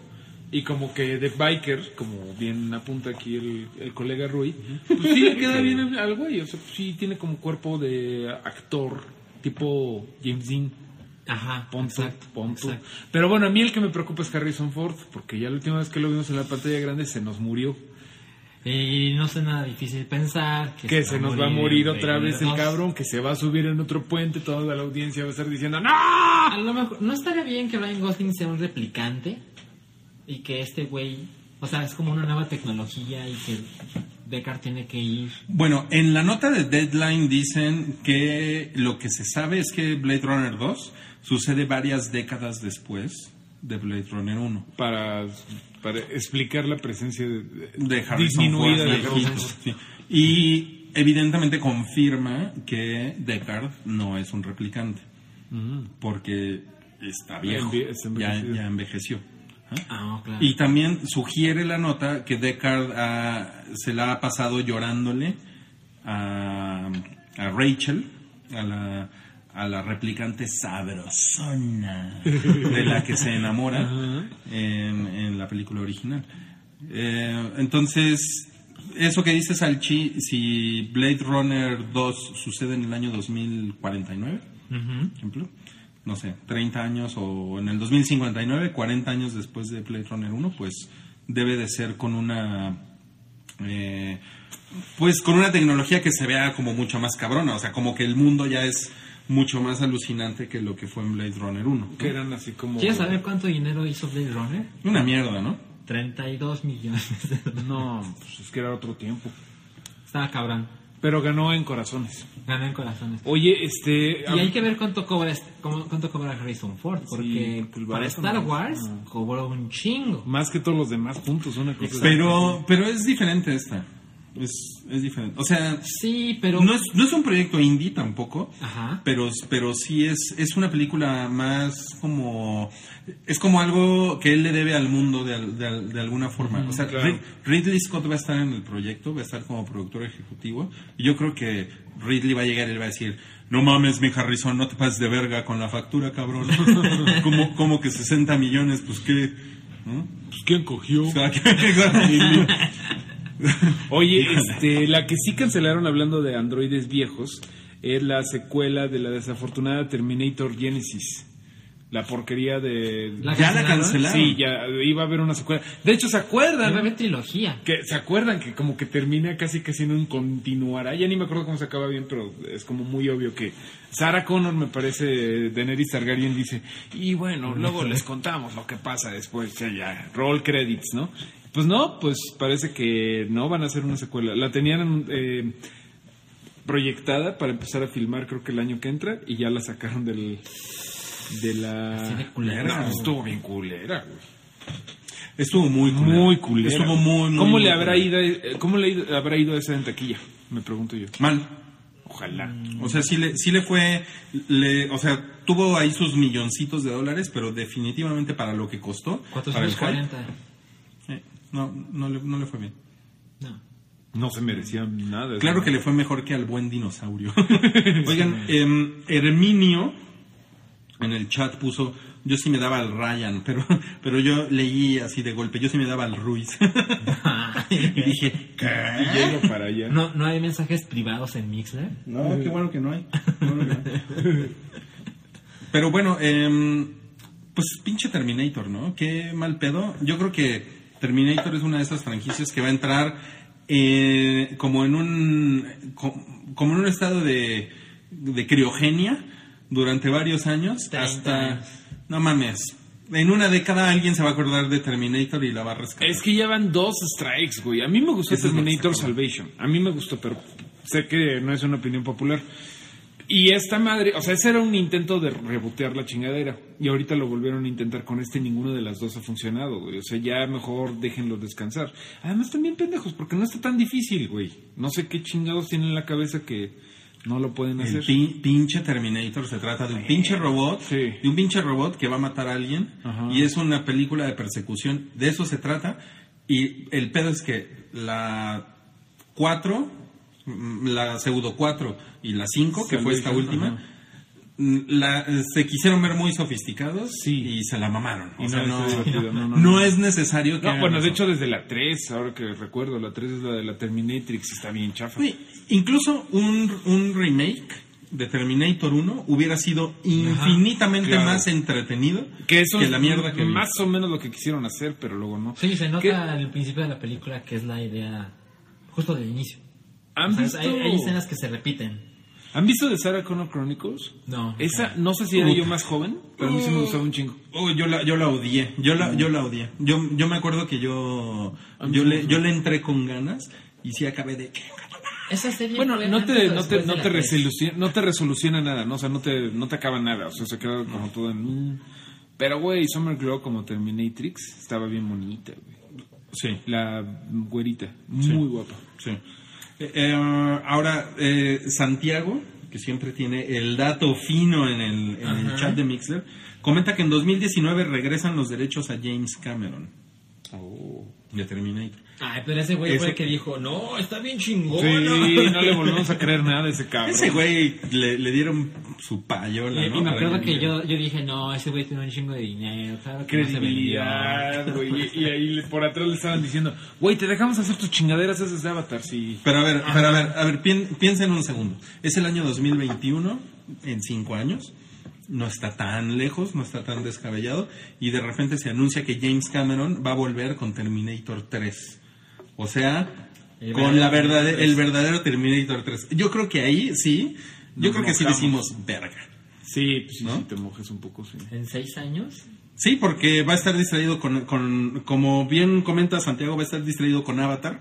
S5: y como que de biker, como bien apunta aquí el, el colega Rui, pues sí le queda bien al güey. O sea, pues sí tiene como cuerpo de actor, tipo James Dean.
S2: Ajá,
S5: Ponto,
S2: exacto,
S5: ponto.
S2: exacto.
S5: Pero bueno, a mí el que me preocupa es Harrison Ford, porque ya la última vez que lo vimos en la pantalla grande se nos murió.
S2: Y no sé nada difícil pensar que,
S5: que se nos va a morir
S2: en
S5: otra vez el
S2: 2022.
S5: cabrón, que se va a subir en otro puente, toda la audiencia va a estar diciendo ¡No!
S2: A lo mejor, ¿no estaría bien que Ryan Gosling sea un replicante? Y que este güey, o sea, es como una nueva tecnología y que Deckard tiene que ir.
S3: Bueno, en la nota de Deadline dicen que lo que se sabe es que Blade Runner 2 sucede varias décadas después de Blade Runner 1.
S5: Para, para explicar la presencia de, de-
S3: De Harrison
S5: disminuida
S3: Ford,
S5: de
S3: viejito,
S5: Harrison Ford.
S3: sí. Y evidentemente confirma que Deckard no es un replicante. Porque está viejo.
S5: Enve- Mm. está
S3: ya,
S5: envejecido.
S3: ya envejeció. Ajá.
S2: Ah, claro.
S3: Y también sugiere la nota que Deckard ah, se la ha pasado llorándole a, a Rachel, a la, a la replicante sabrosona de la que se enamora en, en la película original. Eh, entonces, eso que dice Salchi, si Blade Runner 2 sucede en el año 2049,
S2: Ujú.
S3: por ejemplo, no sé, 30 años o en el 2059, 40 años después de Blade Runner 1, pues debe de ser con una... eh, pues con una tecnología que se vea como mucho más cabrona, o sea, como que el mundo ya es mucho más alucinante que lo que fue en Blade Runner 1.
S5: que eran así como...
S2: ¿Quieres saber cuánto dinero hizo Blade Runner?
S3: Una mierda, ¿no?
S2: 32 millones de dólares.
S5: No, pues es que era otro tiempo.
S2: Estaba cabrón.
S5: Pero ganó en corazones.
S2: Ganó en corazones.
S5: Oye, este... a-
S2: Y hay que ver cuánto cobra, este- cómo- cuánto cobra Harrison Ford, porque,
S5: porque el
S2: para
S5: barato
S2: Star
S5: no es-
S2: Wars
S5: no.
S2: cobró un chingo.
S5: Más que todos los demás puntos, una cosa así.
S3: Pero, pero es diferente esta. Es, es diferente. O sea,
S2: Sí, pero...
S3: no es, no es un proyecto indie tampoco,
S2: Ajá.
S3: pero, pero sí es, es una película más como... Es como algo que él le debe al mundo de, al- de al- de alguna forma. o sea,
S5: claro.
S3: Rid- Ridley Scott va a estar en el proyecto, va a estar como productor ejecutivo. Y yo creo que Ridley va a llegar y le va a decir... No mames, mi Harrison, no te pases de verga con la factura, cabrón. como, como que 60 millones, pues qué. ¿no?
S5: Pues, ¿Quién cogió?
S3: O sea, que-
S5: Oye, este, la que sí cancelaron hablando de androides viejos es la secuela de la desafortunada Terminator Genesis. La porquería de...
S2: ¿La
S3: Ya la
S2: cancelaron?
S3: cancelaron.
S5: Sí, ya iba a haber una secuela. De hecho, ¿se
S2: Iba a
S5: acuerdan?
S2: haber trilogía.
S5: Que, ¿Se acuerdan que como que termina casi casi en un continuará? Ya ni me acuerdo cómo se acaba bien, pero es como muy obvio que Sarah Connor, me parece, Daenerys Targaryen dice, y bueno, luego les contamos lo que pasa después, ya, ya, roll credits, ¿no? Pues no, pues parece que no van a hacer una secuela. La tenían eh, proyectada para empezar a filmar creo que el año que entra y ya la sacaron del... De la...
S2: Así de culera,
S5: No,
S2: güey.
S5: estuvo bien culera, güey.
S3: Estuvo muy culero.
S5: Muy culera.
S3: Estuvo muy, muy,
S5: ¿Cómo
S3: muy
S5: le habrá
S3: culero.
S5: ido, eh, cómo le ha ido- habrá ido a esa en taquilla? Me pregunto yo.
S3: Mal.
S5: Ojalá.
S3: O sea, sí le, sí le fue. le- o sea, tuvo ahí sus milloncitos de dólares, pero definitivamente para lo que costó. para el hype,
S2: 440.
S3: eh, no, no le, no le fue bien.
S2: No.
S5: No se merecía nada.
S3: Claro que le fue mejor que al buen dinosaurio. Oigan, em, Herminio en el chat puso. Yo sí me daba al Ryan, pero, pero yo leí así de golpe. Yo sí me daba al Ruiz. y dije, ¿qué?
S5: Y llego para allá.
S2: No, no hay mensajes privados en Mixler.
S3: No, qué bueno que no hay. Pero bueno, em, pues pinche Terminator, ¿no? Qué mal pedo. Yo creo que Terminator es una de esas franquicias que va a entrar eh, como en un co- como en un estado de, de criogenia durante varios años
S2: 30
S3: hasta
S2: años.
S3: no mames. En una década alguien se va a acordar de Terminator y la va a rescatar.
S5: Es que ya van dos strikes, güey. A mí me gustó
S3: Eso es lo que
S5: Terminator
S3: se acabó.
S5: Salvation. A mí me gustó, pero sé que no es una opinión popular. Y esta madre, o sea, ese era un intento de rebotear la chingadera. Y ahorita lo volvieron a intentar con este y ninguna de las dos ha funcionado, güey. O sea, ya mejor déjenlos descansar. Además, también pendejos, porque no está tan difícil, güey. No sé qué chingados tienen en la cabeza que no lo pueden hacer.
S3: El pin- pinche Terminator se trata de un pinche robot,
S5: Sí.
S3: de un pinche robot que va a matar a alguien
S5: Ajá.
S3: y es una película de persecución, de eso se trata y el pedo es que la 4, mm, la pseudo 4 y la 5, que
S5: Se
S3: fue
S5: lo
S3: esta
S5: hizo,
S3: última,
S5: ajá.
S3: mm, la- eh, se quisieron ver muy sofisticados
S5: Sí.
S3: y se la mamaron. O
S5: Y
S3: sea,
S5: no
S3: no,
S5: es divertido, no, no,
S3: no
S5: no.
S3: es necesario que...
S5: No,
S3: hagan
S5: bueno, de
S3: eso.
S5: hecho, desde la 3, ahora que recuerdo, la 3 es la de la Terminatrix, está bien chafa.
S3: Güey, incluso un, un remake de Terminator 1 hubiera sido infinitamente
S5: claro.
S3: más entretenido
S5: Que eso
S3: que
S5: es
S3: la mierda que vi.
S5: más o menos lo que quisieron hacer, pero luego no.
S2: Sí, se
S5: ¿Qué?
S2: nota al principio de la película que es la idea justo del inicio. O
S5: ¿Han
S2: sea,
S5: visto,
S2: hay, hay escenas que se repiten.
S5: ¿Han visto de Sarah Connor Chronicles?
S2: No.
S5: Esa, no sé si era yo más joven, pero a mí sí me gustaba un chingo.
S3: Oh, yo la, yo la odié, yo la, yo la odié. Yo, yo me acuerdo que yo, yo le, yo le entré con ganas y sí acabé de...
S2: Esa serie
S5: Bueno,
S2: fue
S5: no
S2: antes
S5: te,
S2: o
S5: no, te,
S2: después
S5: no,
S2: de
S5: te
S2: la tres.
S5: resoluciona, no te resoluciona nada, ¿no? O sea, no te, no te acaba nada, o sea, se queda como todo en... mm. Pero, güey, Summer Glow como Terminatrix estaba bien bonita, güey.
S3: Sí,
S5: La güerita, muy
S3: Sí.
S5: guapa.
S3: sí. Eh, eh, ahora, eh, Santiago, que siempre tiene el dato fino en el, en el chat de Mixler, comenta que en 2019 regresan los derechos a James Cameron Oh. de Terminator.
S2: Ay, pero ese güey fue
S3: Ese-
S2: el que dijo, no, está bien chingón.
S5: Sí, no le volvemos a creer nada a ese cabrón.
S3: Ese güey le, le dieron su payola,
S2: Y,
S3: ¿no?
S2: y me
S3: Para
S2: acuerdo que
S3: diga.
S2: yo, yo dije, no, ese güey tiene un chingo de dinero, claro que no se vendió".
S5: credibilidad, güey. Y, y ahí le- por atrás le estaban diciendo, güey, te dejamos hacer tus chingaderas esas de Avatar, sí.
S3: Pero a ver, pero a ver, a ver, pien- piensa en un segundo. Es el año 2021, en cinco años. No está tan lejos, no está tan descabellado. Y de repente se anuncia que James Cameron va a volver con Terminator 3. O sea,
S2: El
S3: con la
S2: verdadero
S3: verdad, el verdadero Terminator 3. Yo creo que ahí sí, yo
S5: Nos
S3: creo que sí
S5: mojamos.
S3: decimos verga.
S5: Sí, pues sí,
S3: ¿No?
S5: sí, te mojas un poco, sí.
S2: ¿En seis años?
S3: Sí, porque va a estar distraído con, con- como bien comenta Santiago, va a estar distraído con Avatar.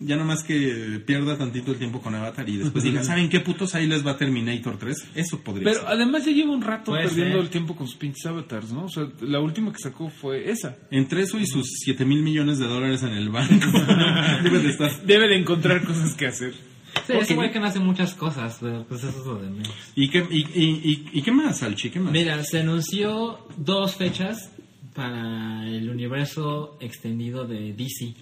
S3: Ya nomás que pierda tantito el tiempo con Avatar y después diga, ¿saben qué putos ahí les va Terminator 3? Eso podría
S5: Pero
S3: ser.
S5: además ya lleva un rato
S2: Puede
S5: perdiendo
S2: ser.
S5: el tiempo con sus pinches avatars, ¿no? O sea, la última que sacó fue esa.
S3: Entre eso y sus 7 mil millones de dólares en el banco, debe de estar.
S5: Debe de encontrar cosas que hacer.
S2: Sí,
S5: Ok.
S2: ese güey que no hace muchas cosas, pero pues eso es lo de menos.
S3: ¿Y qué, y, y- y- y qué más, Salchi? ¿Qué más?
S2: Mira, se anunció dos fechas para el universo extendido de DC.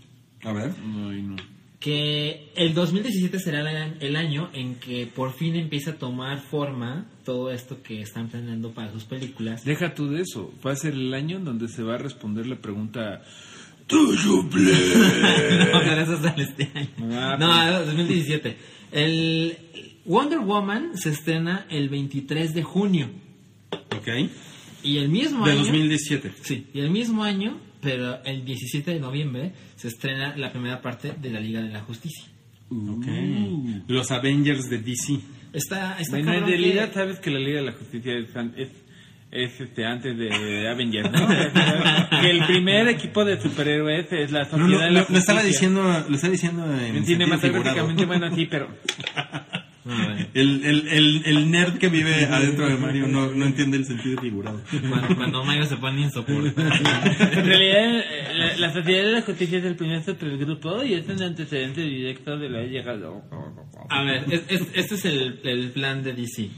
S3: A ver.
S5: Ay, no.
S2: Que el 2017 será la- el año en que por fin empieza a tomar forma todo esto que están planeando para sus películas.
S5: Deja tú de eso. Va a ser el año en donde se va a responder la pregunta... ¿Do you play?
S2: no, pero eso sale este año.
S5: Ah,
S2: no, 2017. El Wonder Woman se estrena el 23 de junio.
S3: Ok.
S2: Y el mismo
S3: De
S5: eh?
S2: año.
S3: 2017.
S2: Sí, y el mismo año, pero el 17 de noviembre, se estrena la primera parte de la Liga de la Justicia.
S3: Ok.
S5: Uh.
S3: Los Avengers de DC.
S2: Está, está
S5: Bueno, en
S2: cabrón que-
S5: realidad sabes que la Liga de la Justicia es, an- es, es, este, antes de, de Avengers, ¿no? que el primer equipo de superhéroes es la
S3: No,
S5: Sociedad
S3: no,
S5: de la
S3: lo,
S5: Justicia.
S3: lo estaba diciendo, lo estaba diciendo en
S5: En
S3: sentido
S5: Cinematográficamente,
S3: figurado.
S5: bueno, sí, pero...
S2: Ah, bueno.
S3: El, el, el, el nerd que vive adentro de Mario no, no entiende el sentido figurado.
S2: Cuando, cuando Mario se pone insoportable.
S6: En realidad, eh, la, la Sociedad de la Justicia es el primer supergrupo y es un antecedente directo de la llegada.
S2: A ver, es- es- este es el, el plan de DC.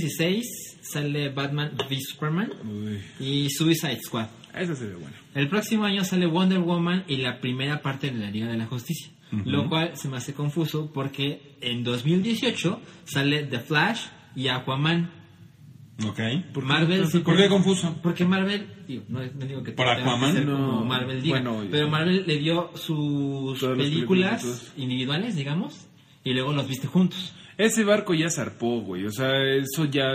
S2: 2016 sale Batman v Superman y Suicide Squad.
S5: Esa se ve buena.
S2: El próximo año sale Wonder Woman y la primera parte de la Liga de la Justicia. Lo cual se me hace confuso porque en 2018 sale The Flash y Aquaman.
S3: Ok.
S2: ¿Por Marvel sí-
S3: ¿Por qué confuso?
S2: Porque Marvel, digo, no, no digo que
S3: ¿Por
S2: tenga que
S3: Aquaman?
S2: ser
S5: No.
S2: como Marvel diga,
S5: Bueno,
S2: pero
S5: yo-
S2: Marvel le dio sus
S5: Todas las
S2: películas
S5: películas.
S2: individuales, digamos, y luego los viste juntos.
S5: Ese barco ya zarpó, güey. O sea, eso ya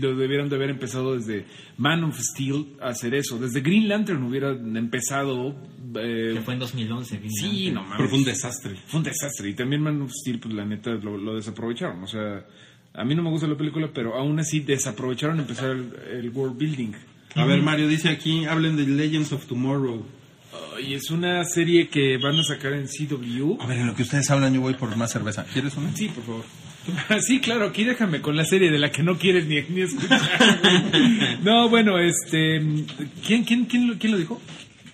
S5: lo debieron de haber empezado desde Man of Steel a hacer eso. Desde Green Lantern hubieran empezado... eh,
S2: Que fue en 2011. Green
S5: sí,
S2: Lantern.
S5: no
S3: Pero
S5: mames.
S3: fue un desastre.
S5: fue un desastre. Y también Man of Steel, pues la neta, lo, lo desaprovecharon. O sea, a mí no me gusta la película, pero aún así desaprovecharon empezar el, el world building.
S3: A ver, Mario dice aquí, hablen de Legends of Tomorrow.
S5: Y es una serie que van a sacar en CW.
S3: A ver, en lo que ustedes hablan yo voy por más cerveza. ¿Quieres una?
S5: Sí, por favor. Sí, claro, aquí déjame con la serie de la que no quieres ni, ni escuchar. güey. No, bueno, este. ¿Quién, quién, quién, lo, quién lo dijo?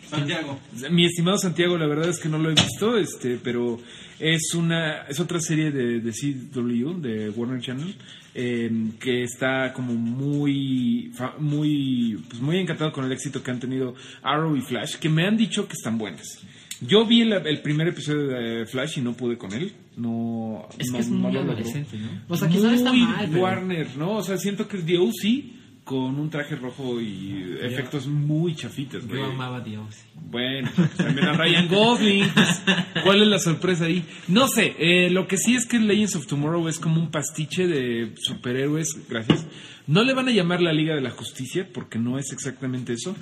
S3: Santiago.
S5: Mi estimado Santiago, la verdad es que no lo he visto, este, pero es una es otra serie de, de CW, de Warner Channel, eh, que está como muy fa- muy pues muy encantado con el éxito que han tenido Arrow y Flash, que me han dicho que están buenas. Yo vi el, el primer episodio de Flash y no pude con él. No,
S2: Es
S5: no-
S2: que es
S5: no
S2: muy
S5: lo logró.
S2: adolescente, ¿no? O sea, quizá no está
S5: Muy
S2: mal, pero-
S5: Warner, ¿no? O sea, siento que es The OC con un traje rojo y efectos muy chafitas, güey.
S2: Yo amaba Dios.
S5: Bueno, pues también a Ryan Gosling. pues, ¿Cuál es la sorpresa ahí? No sé, eh, lo que sí es que Legends of Tomorrow es como un pastiche de superhéroes, gracias. No le van a llamar la Liga de la Justicia porque no es exactamente eso,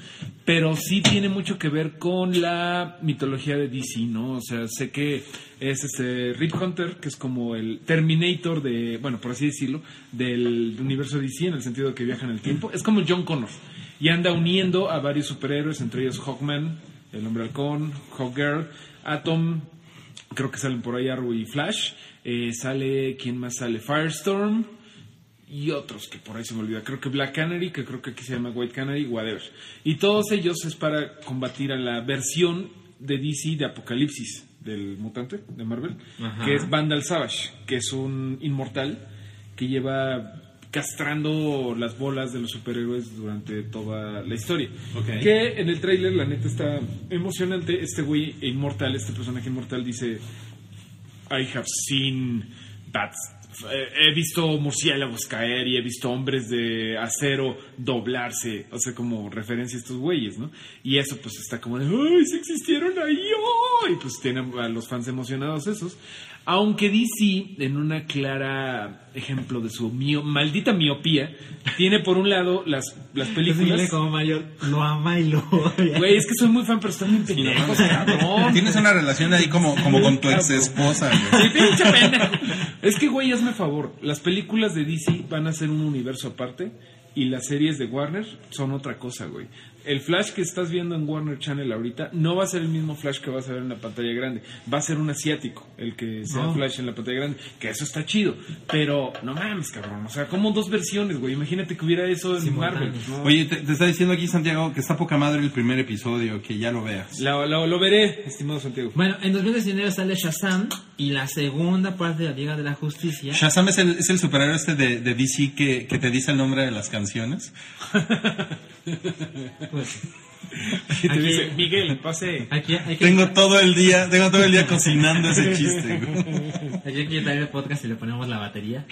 S5: pero sí tiene mucho que ver con la mitología de DC, ¿no? O sea, sé que es este Rip Hunter, que es como el Terminator de, bueno, por así decirlo, del universo DC en el sentido de que viaja en el tiempo. Es como John Connor y anda uniendo a varios superhéroes, entre ellos Hawkman, el Hombre Halcón, Hawkgirl, Atom, creo que salen por ahí Arrow y Flash, eh, sale, ¿quién más sale? Firestorm y otros que por ahí se me olvida, creo que Black Canary, que creo que aquí se llama White Canary, whatever. Y todos ellos es para combatir a la versión de DC de Apocalipsis del mutante de Marvel,
S2: Ajá.
S5: que es Vandal Savage, que es un inmortal que lleva castrando las bolas de los superhéroes durante toda la historia.
S3: Ok.
S5: Que en el tráiler la neta está emocionante. Este güey inmortal, este personaje inmortal dice, I have seen bats. Eh, He visto murciélagos caer y he visto hombres de acero doblarse, o sea, como referencia a estos güeyes, ¿no? Y eso pues está como de, ¡ay, se existieron ahí! ¡oh! Y pues tienen a los fans emocionados esos. Aunque DC, en una clara ejemplo de su mio- maldita miopía, tiene por un lado las, las películas...
S2: Películas como mayor, lo ama y lo odia.
S5: Güey, es que soy muy fan, pero están muy
S3: Pues,
S5: pendejos, cabrón.
S3: Tienes una relación ahí como, como con tu ex esposa.
S5: Sí, pinche pendejo. Es que, güey, hazme favor. Las películas de DC van a ser un universo aparte y las series de Warner son otra cosa, güey. El Flash que estás viendo en Warner Channel ahorita no va a ser el mismo Flash que vas a ver en la pantalla grande. Va a ser un asiático el que sea
S2: No.
S5: Flash en la pantalla grande. Que eso está chido. Pero no mames, cabrón. O sea, como dos versiones, güey. Imagínate que hubiera eso en Marvel.
S2: Simultáneas.
S5: ¿no?
S3: Oye, te, te está diciendo aquí Santiago que está poca madre el primer episodio, que ya lo veas.
S5: La- la- lo veré, estimado Santiago.
S2: Bueno, en 2019 sale Shazam y la segunda parte de la Liga de la Justicia.
S3: Shazam es el, es el superhéroe este de, de DC que, que te dice el nombre de las canciones.
S2: Pues,
S5: Y te
S2: Aquí-
S5: dice, Miguel, pase.
S2: aquí hay que,
S3: Tengo todo el día, tengo todo el día cocinando ese chiste. güey.
S2: aquí hay que quitar el podcast y le ponemos la batería.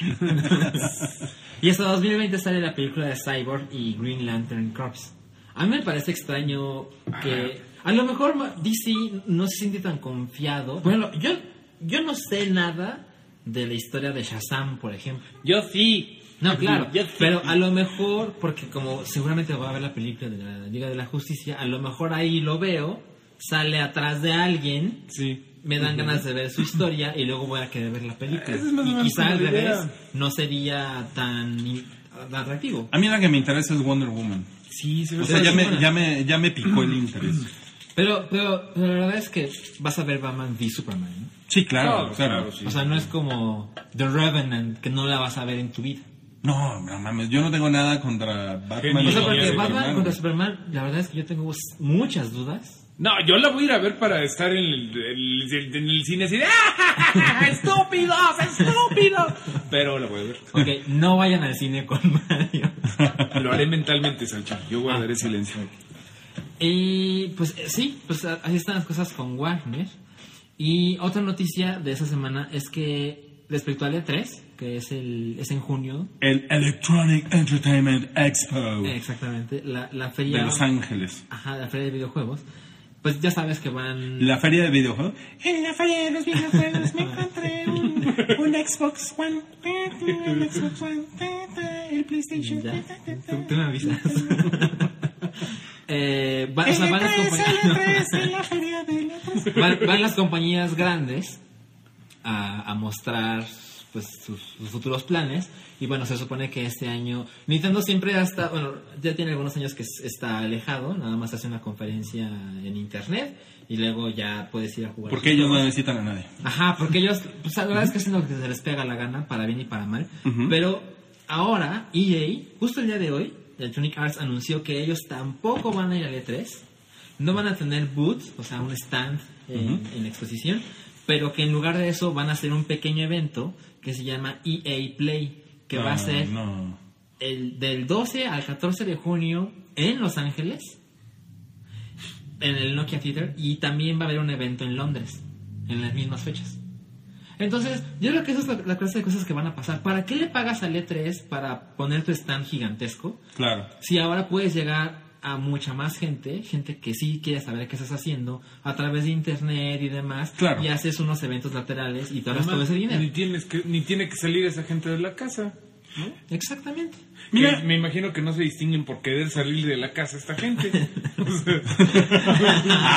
S2: y hasta 2020 sale la película de Cyborg y Green Lantern Corps. A mí me parece extraño que a lo mejor ma- DC no se siente tan confiado. Bueno, yo, yo no sé nada de la historia de Shazam, por ejemplo.
S6: Yo sí.
S2: No, claro.
S6: Yo sí.
S2: Pero a lo mejor, porque como seguramente va a ver la película de la Liga de la Justicia, a lo mejor ahí lo veo, sale atrás de alguien,
S5: Sí.
S2: me dan ganas de ver su historia y luego voy a querer ver la película.
S5: Esa es más o
S2: y
S5: menos
S2: quizá
S5: como
S2: al
S5: la idea.
S2: revés no sería tan in- tan atractivo.
S3: A mí la que me interesa es Wonder Woman.
S5: Sí, se ve
S3: O sea,
S5: padre.
S3: ya me, ya me, ya me picó el interés.
S2: Pero, pero, pero la verdad es que vas a ver Batman v Superman. ¿no?
S3: Sí, claro,
S5: Claro,
S3: claro.
S5: claro, sí.
S2: O sea, no es como The Revenant, que no la vas a ver en tu vida.
S3: No, no mames, yo no tengo nada contra Batman.
S5: Genio.
S2: O
S3: y
S2: sea, porque
S5: Superman.
S2: Batman contra Superman, la verdad es que yo tengo muchas dudas.
S5: No, yo la voy a ir a ver para estar en el, el- en el cine así de ¡Ah, ¡Estúpidos! ¡Estúpidos! Pero la voy a ver.
S2: Ok, no vayan al cine con Mario.
S5: Lo haré mentalmente, Sancho. Yo guardaré silencio.
S2: Y pues eh, sí, pues a- así están las cosas con Warner. Y otra noticia de esa semana es que respecto al E3, que es, el, es en junio,
S3: El Electronic Entertainment Expo
S2: eh, exactamente, la, la
S3: de
S2: feria...
S3: Los Ángeles.
S2: Ajá, la feria de videojuegos. Pues ya sabes que van...
S3: La feria de videojuegos.
S1: En la feria de los videojuegos me encontré un, un Xbox One, el Xbox One, el PlayStation.
S2: Ya, tú, tú me avisas. eh, va- o
S1: El E
S2: sea, van las
S1: E3, el
S2: compañías...
S1: E3, en la feria del E3.
S2: van, van las compañías grandes a, a mostrar pues, sus, sus futuros planes. Y bueno, se supone que este año Nintendo siempre hasta, bueno, ya tiene algunos años que s- está alejado, nada más hace una conferencia en internet y luego ya puedes ir a jugar.
S3: Porque ellos no necesitan a nadie.
S2: Ajá, porque ellos, pues la verdad es que hacen lo que se les pega la gana, para bien y para mal. Pero ahora, EA, justo el día de hoy, Electronic Arts anunció que ellos tampoco van a ir al E3, no van a tener booths, o sea, un stand en, en exposición, pero que en lugar de eso van a hacer un pequeño evento que se llama EA Play, que va a
S3: Ah,
S2: ser
S3: No.
S2: el, del 12 al 14 de junio en Los Ángeles, en el Nokia Theater, y también va a haber un evento en Londres, en las mismas fechas. Entonces, yo creo que esa es la, la clase de cosas que van a pasar. ¿Para qué le pagas al E3 para poner tu stand gigantesco?
S3: Claro.
S2: Si ahora puedes llegar a mucha más gente, gente que sí quiere saber qué estás haciendo, a través de internet y demás,
S3: Claro.
S2: y haces unos eventos laterales y te ahorras todo
S5: Además,
S2: ese dinero.
S5: Ni, tienes que, ni tiene que salir esa gente de la casa.
S2: Exactamente.
S5: Mira, me imagino que no se distinguen por querer salir de la casa esta gente. O sea,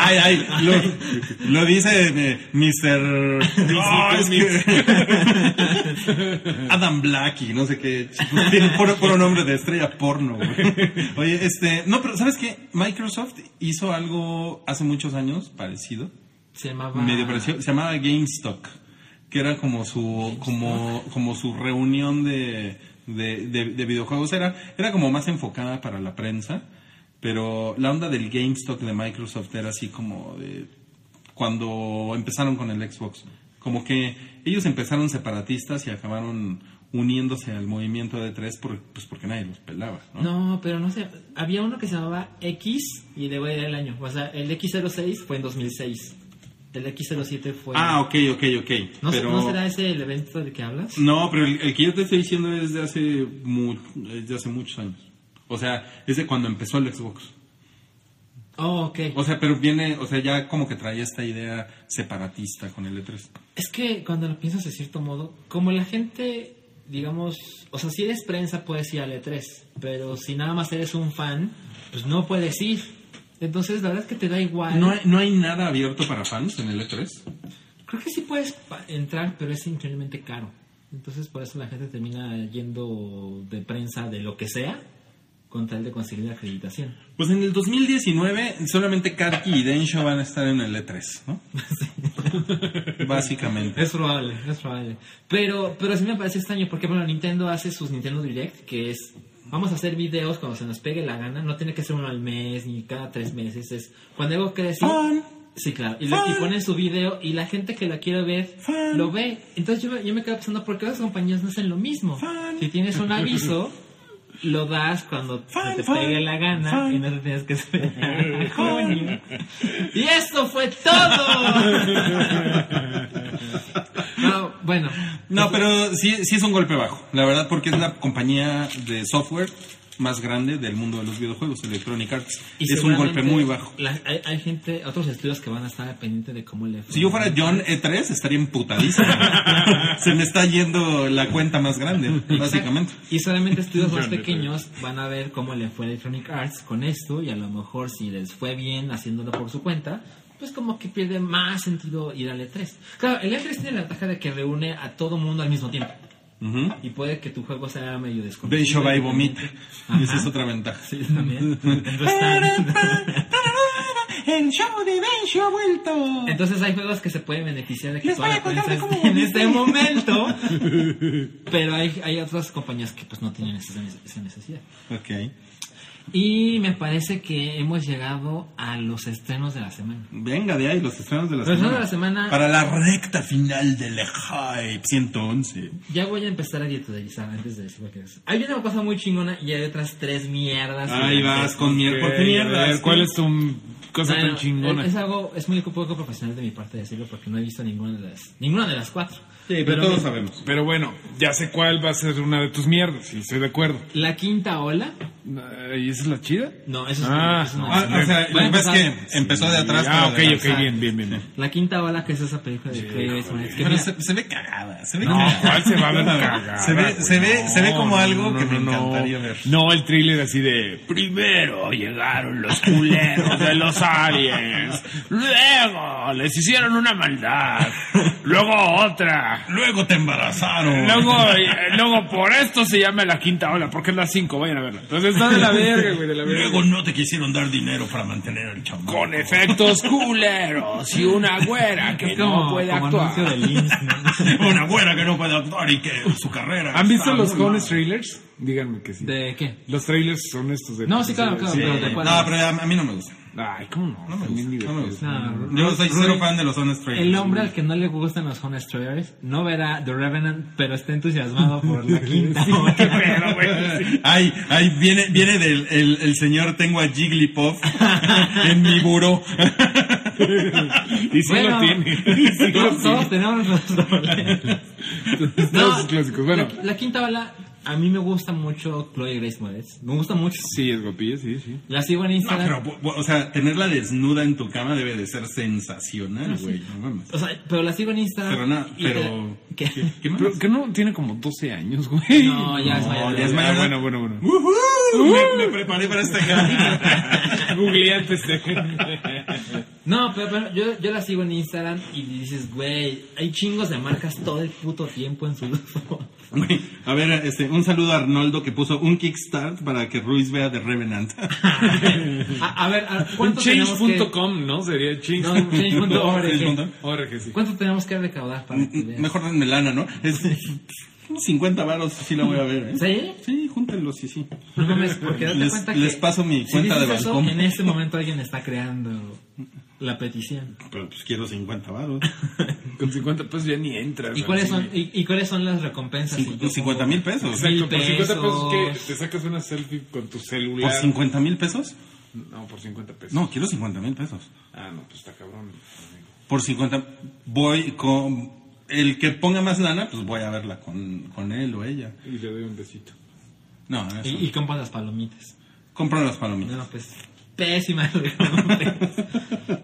S3: Ay, ay, lo, lo dice eh, Mr. Ay, mi- Adam Blackie, no sé qué. chico. Tiene puro, puro nombre de estrella porno, güey. Oye, este, no, pero ¿sabes qué? Microsoft hizo algo hace muchos años parecido,
S2: Se llamaba...
S3: medio parecido, se llamaba GameStop, que era como su, como, como su reunión de, de, de- de videojuegos, era, era como más enfocada para la prensa. Pero la onda del GameStop de Microsoft era así como de cuando empezaron con el Xbox. Como que ellos empezaron separatistas y acabaron uniéndose al movimiento de tres por- pues porque nadie los pelaba, ¿no?
S2: No, pero no sé. Había uno que se llamaba X y luego era el año. O sea, el X06 fue en 2006. El X07 fue.
S3: Ah, ok, ok, ok.
S2: pues. ¿No, se-
S3: pero... Mm.
S2: ¿No será ese el evento del que hablas?
S3: No, pero el, el que yo te estoy diciendo es de hace, mu- es de hace muchos años. O sea, es de cuando empezó el Xbox.
S2: Oh, ok.
S3: O sea, pero viene, o sea, ya como que traía esta idea separatista con el E E3.
S2: Es que cuando lo piensas de cierto modo, como la gente, digamos, o sea, si eres prensa puedes ir al E3, pero si nada más eres un fan, pues no puedes ir. Entonces, la verdad es que te da igual.
S3: ¿No hay, ¿No hay nada abierto para fans en el E E3?
S2: Creo que sí puedes pa- entrar, pero es increíblemente caro. Entonces, por eso la gente termina yendo de prensa de lo que sea con tal de conseguir la acreditación.
S3: Pues en el 2019 solamente Karki y Densho van a estar en el E3, ¿no? Básicamente.
S2: Es probable, es probable. Pero, pero sí me parece extraño porque, bueno, Nintendo hace sus Nintendo Direct, que es, vamos a hacer videos cuando se nos pegue la gana, no tiene que ser uno al mes ni cada tres meses, es cuando algo crece.
S3: Fun.
S2: Sí, claro. Y, le, y
S3: Fun.
S2: ponen su video y la gente que la quiere ver
S3: Fun.
S2: lo ve. Entonces yo, me- yo me quedo pensando, ¿por qué las compañías no hacen lo mismo?
S3: Fun.
S2: Si tienes un aviso, lo das cuando se
S3: Fun,
S2: te
S3: fun,
S2: pegue la gana
S3: fun.
S2: y no te tienes que esperar. a junio. y esto fue todo. No, bueno,
S3: No, pero sí, sí es un golpe bajo, la verdad, porque es la compañía de software más grande del mundo de los videojuegos, Electronic Arts.
S2: y
S3: es un
S2: seguramente
S3: golpe muy bajo.
S2: la- hay, hay gente, otros estudios que van a estar pendientes de cómo le. fue.
S3: Si yo fuera John E3, estaría emputadísimo. Se me está yendo la cuenta más grande, básicamente.
S2: Y solamente estudios más pequeños van a ver cómo le fue a Electronic Arts con esto y a lo mejor si les fue bien haciéndolo por su cuenta, pues como que pierde más sentido ir al E3. Claro, el E3 tiene la ventaja de que reúne a todo mundo al mismo tiempo
S3: Ujú.
S2: y puede que tu juego sea medio desconocido.
S3: Densho va y vomita.
S2: Ajá.
S3: Esa es otra ventaja.
S2: Sí, también. No está.
S1: El show de Bencho ha vuelto.
S2: Entonces hay juegos que se pueden beneficiar de que
S1: Les
S2: toda
S1: voy
S2: la
S1: a contar
S2: prensa
S1: de
S2: esté
S1: cómo
S2: en
S1: vomité.
S2: este momento, pero hay, hay otras compañías que pues no tienen esa- esa necesidad.
S3: Ok.
S2: Y me parece que hemos llegado a los estrenos de la semana.
S3: Venga, de ahí los estrenos de la
S2: Los estrenos
S3: semana.
S2: de la semana-
S3: Para la recta final del Hype 111.
S2: Ya voy a empezar a editorializar antes de decir cualquier cosa. Hay una cosa muy chingona y hay otras tres mierdas.
S3: Ahí vas con mierda. ¿Por qué
S5: ok,
S3: mierda?
S5: a ver,
S3: Es que-
S5: ¿Cuál es tu cosa
S2: Bueno,
S5: tan chingona?
S2: Es algo, es muy poco profesional de mi parte decirlo porque no he visto ninguna de las, ninguna de las cuatro.
S3: Sí, pero todos
S2: mi-
S3: sabemos.
S5: Pero bueno, ya sé cuál va a ser una de tus mierdas, y estoy de acuerdo.
S2: La quinta ola
S5: ¿Y esa es la chida?
S2: No, eso es,
S5: Ah,
S2: es una-
S3: Ah, o sea,
S2: Va a
S3: lo que pasa es
S2: empezar-
S3: que empezó de atrás.
S5: Ah, ok,
S3: pero de
S5: ok,
S2: avanzar.
S5: bien, bien, bien. bien.
S2: La quinta ola que es esa película de Craig Bateman. Es que
S3: Pero
S2: mira,
S3: se, se ve cagada, se ve
S5: No,
S3: cagada.
S5: ¿cuál se va a ver cagada,
S3: Se ve,
S5: güey?
S3: se ve, se ve
S5: No,
S3: como
S5: no,
S3: algo
S5: no,
S3: que
S5: no,
S3: me
S5: no.
S3: encantaría ver.
S5: No, el thriller así de primero llegaron los culeros de los aliens, luego les hicieron una maldad, luego otra,
S3: Luego te embarazaron.
S5: luego, eh, luego por esto se llama la quinta ola, porque es la cinco, vayan a verla. Entonces está de la verga, güey, de la verga.
S3: Luego no te quisieron dar dinero para mantener al chamaco.
S5: Con efectos culeros y una güera que
S2: es como,
S5: no puede
S2: como
S5: actuar.
S2: anuncio del IMSS, ¿no?
S3: Una güera que no puede actuar y que su carrera.
S5: ¿Han visto
S3: está
S5: los
S3: muy
S5: cones trailers? Díganme que sí.
S2: ¿De qué?
S5: Los trailers son estos de...
S2: No, sí, claro, claro,
S5: Sí.
S2: pero
S3: mal.
S2: ¿de cuál?
S3: No, pero a, a mí no me gusta.
S5: Ay, ¿cómo no?
S3: No me
S5: También
S3: gusta. No me
S5: divertidos.
S3: gusta.
S2: No,
S3: Mm, Yo soy cero
S2: Rui-
S3: fan de los Honest Trailers.
S2: El hombre al que no le gustan los Honest Trailers no verá The Revenant, pero está entusiasmado por la quinta ola.
S5: qué pedo, güey.
S3: Ay, ay, viene, viene del el, el señor tengo a Jigglypuff en mi buró.
S5: Y sí lo
S2: Bueno,
S5: tiene. Y sí lo
S2: todos, todos
S5: tiene.
S2: tenemos los problemas.
S5: Todos clásicos. Bueno,
S2: la, la quinta ola, a mí me gusta mucho Chloe Grace Moretz. Me gusta mucho.
S5: sí, es guapilla, sí, sí.
S2: La sigo en
S3: No,
S2: Instagram.
S3: pero, bu- bu- o sea, tenerla desnuda en tu cama debe de ser sensacional, güey. No mames.
S2: O sea, pero la sigo en Instagram.
S3: Pero nada,
S2: y
S3: pero-
S2: te- ¿Qué?
S3: ¿Qué, qué más?
S5: Pero que no tiene como 12 años, güey.
S2: No, ya es mayor de
S3: ya es
S2: edad.
S3: mayor.
S5: Ah, bueno, bueno, bueno.
S3: ¡Uhú! Me, me preparé para esta cara.
S5: Googleé antes de.
S2: No, pero, pero yo, yo la sigo en Instagram y dices, güey, hay chingos de marcas todo el puto tiempo en su uso.
S3: Güey, A ver, este, un saludo a Arnoldo que puso un kickstart para que Ruiz vea de Revenant.
S2: A, a ver, a- ¿cuánto tenemos que...
S5: Change.com, ¿no? Sería change.
S2: No, change.org.
S5: Ahora que sí.
S2: ¿Cuánto tenemos que recaudar para que veas?
S3: Mejor denme lana, ¿no? Es, unos 50 varos sí la voy a ver, ¿eh?
S2: ¿Sí?
S3: Sí, júntenlos, sí, sí.
S2: No mames, porque date
S3: Les-
S2: cuenta que...
S3: les paso mi
S2: si
S3: cuenta de
S2: dices eso,
S3: Bancom.
S2: En este momento alguien está creando la petición.
S3: Pero pues quiero 50 varos.
S5: Con 50 pesos ya ni entras.
S2: ¿Y
S5: güey.
S2: cuáles son, y, y cuáles son las recompensas? Si yo
S3: 50
S2: pongo-
S3: mil pesos.
S5: Exacto, por
S2: Mil
S5: 50 pesos que
S2: pesos.
S5: te sacas una selfie con tu celular.
S3: ¿Por 50 mil pesos?
S5: No, por 50 pesos.
S3: No, quiero 50 mil pesos.
S5: Ah, no, pues está cabrón.
S3: Por 50 voy con... El que ponga más lana, pues voy a verla con, con él o ella.
S5: Y le doy un besito.
S3: No, eso.
S2: Y, y compras las palomitas.
S3: Compro las palomitas.
S2: No, pues, pésima recompensa.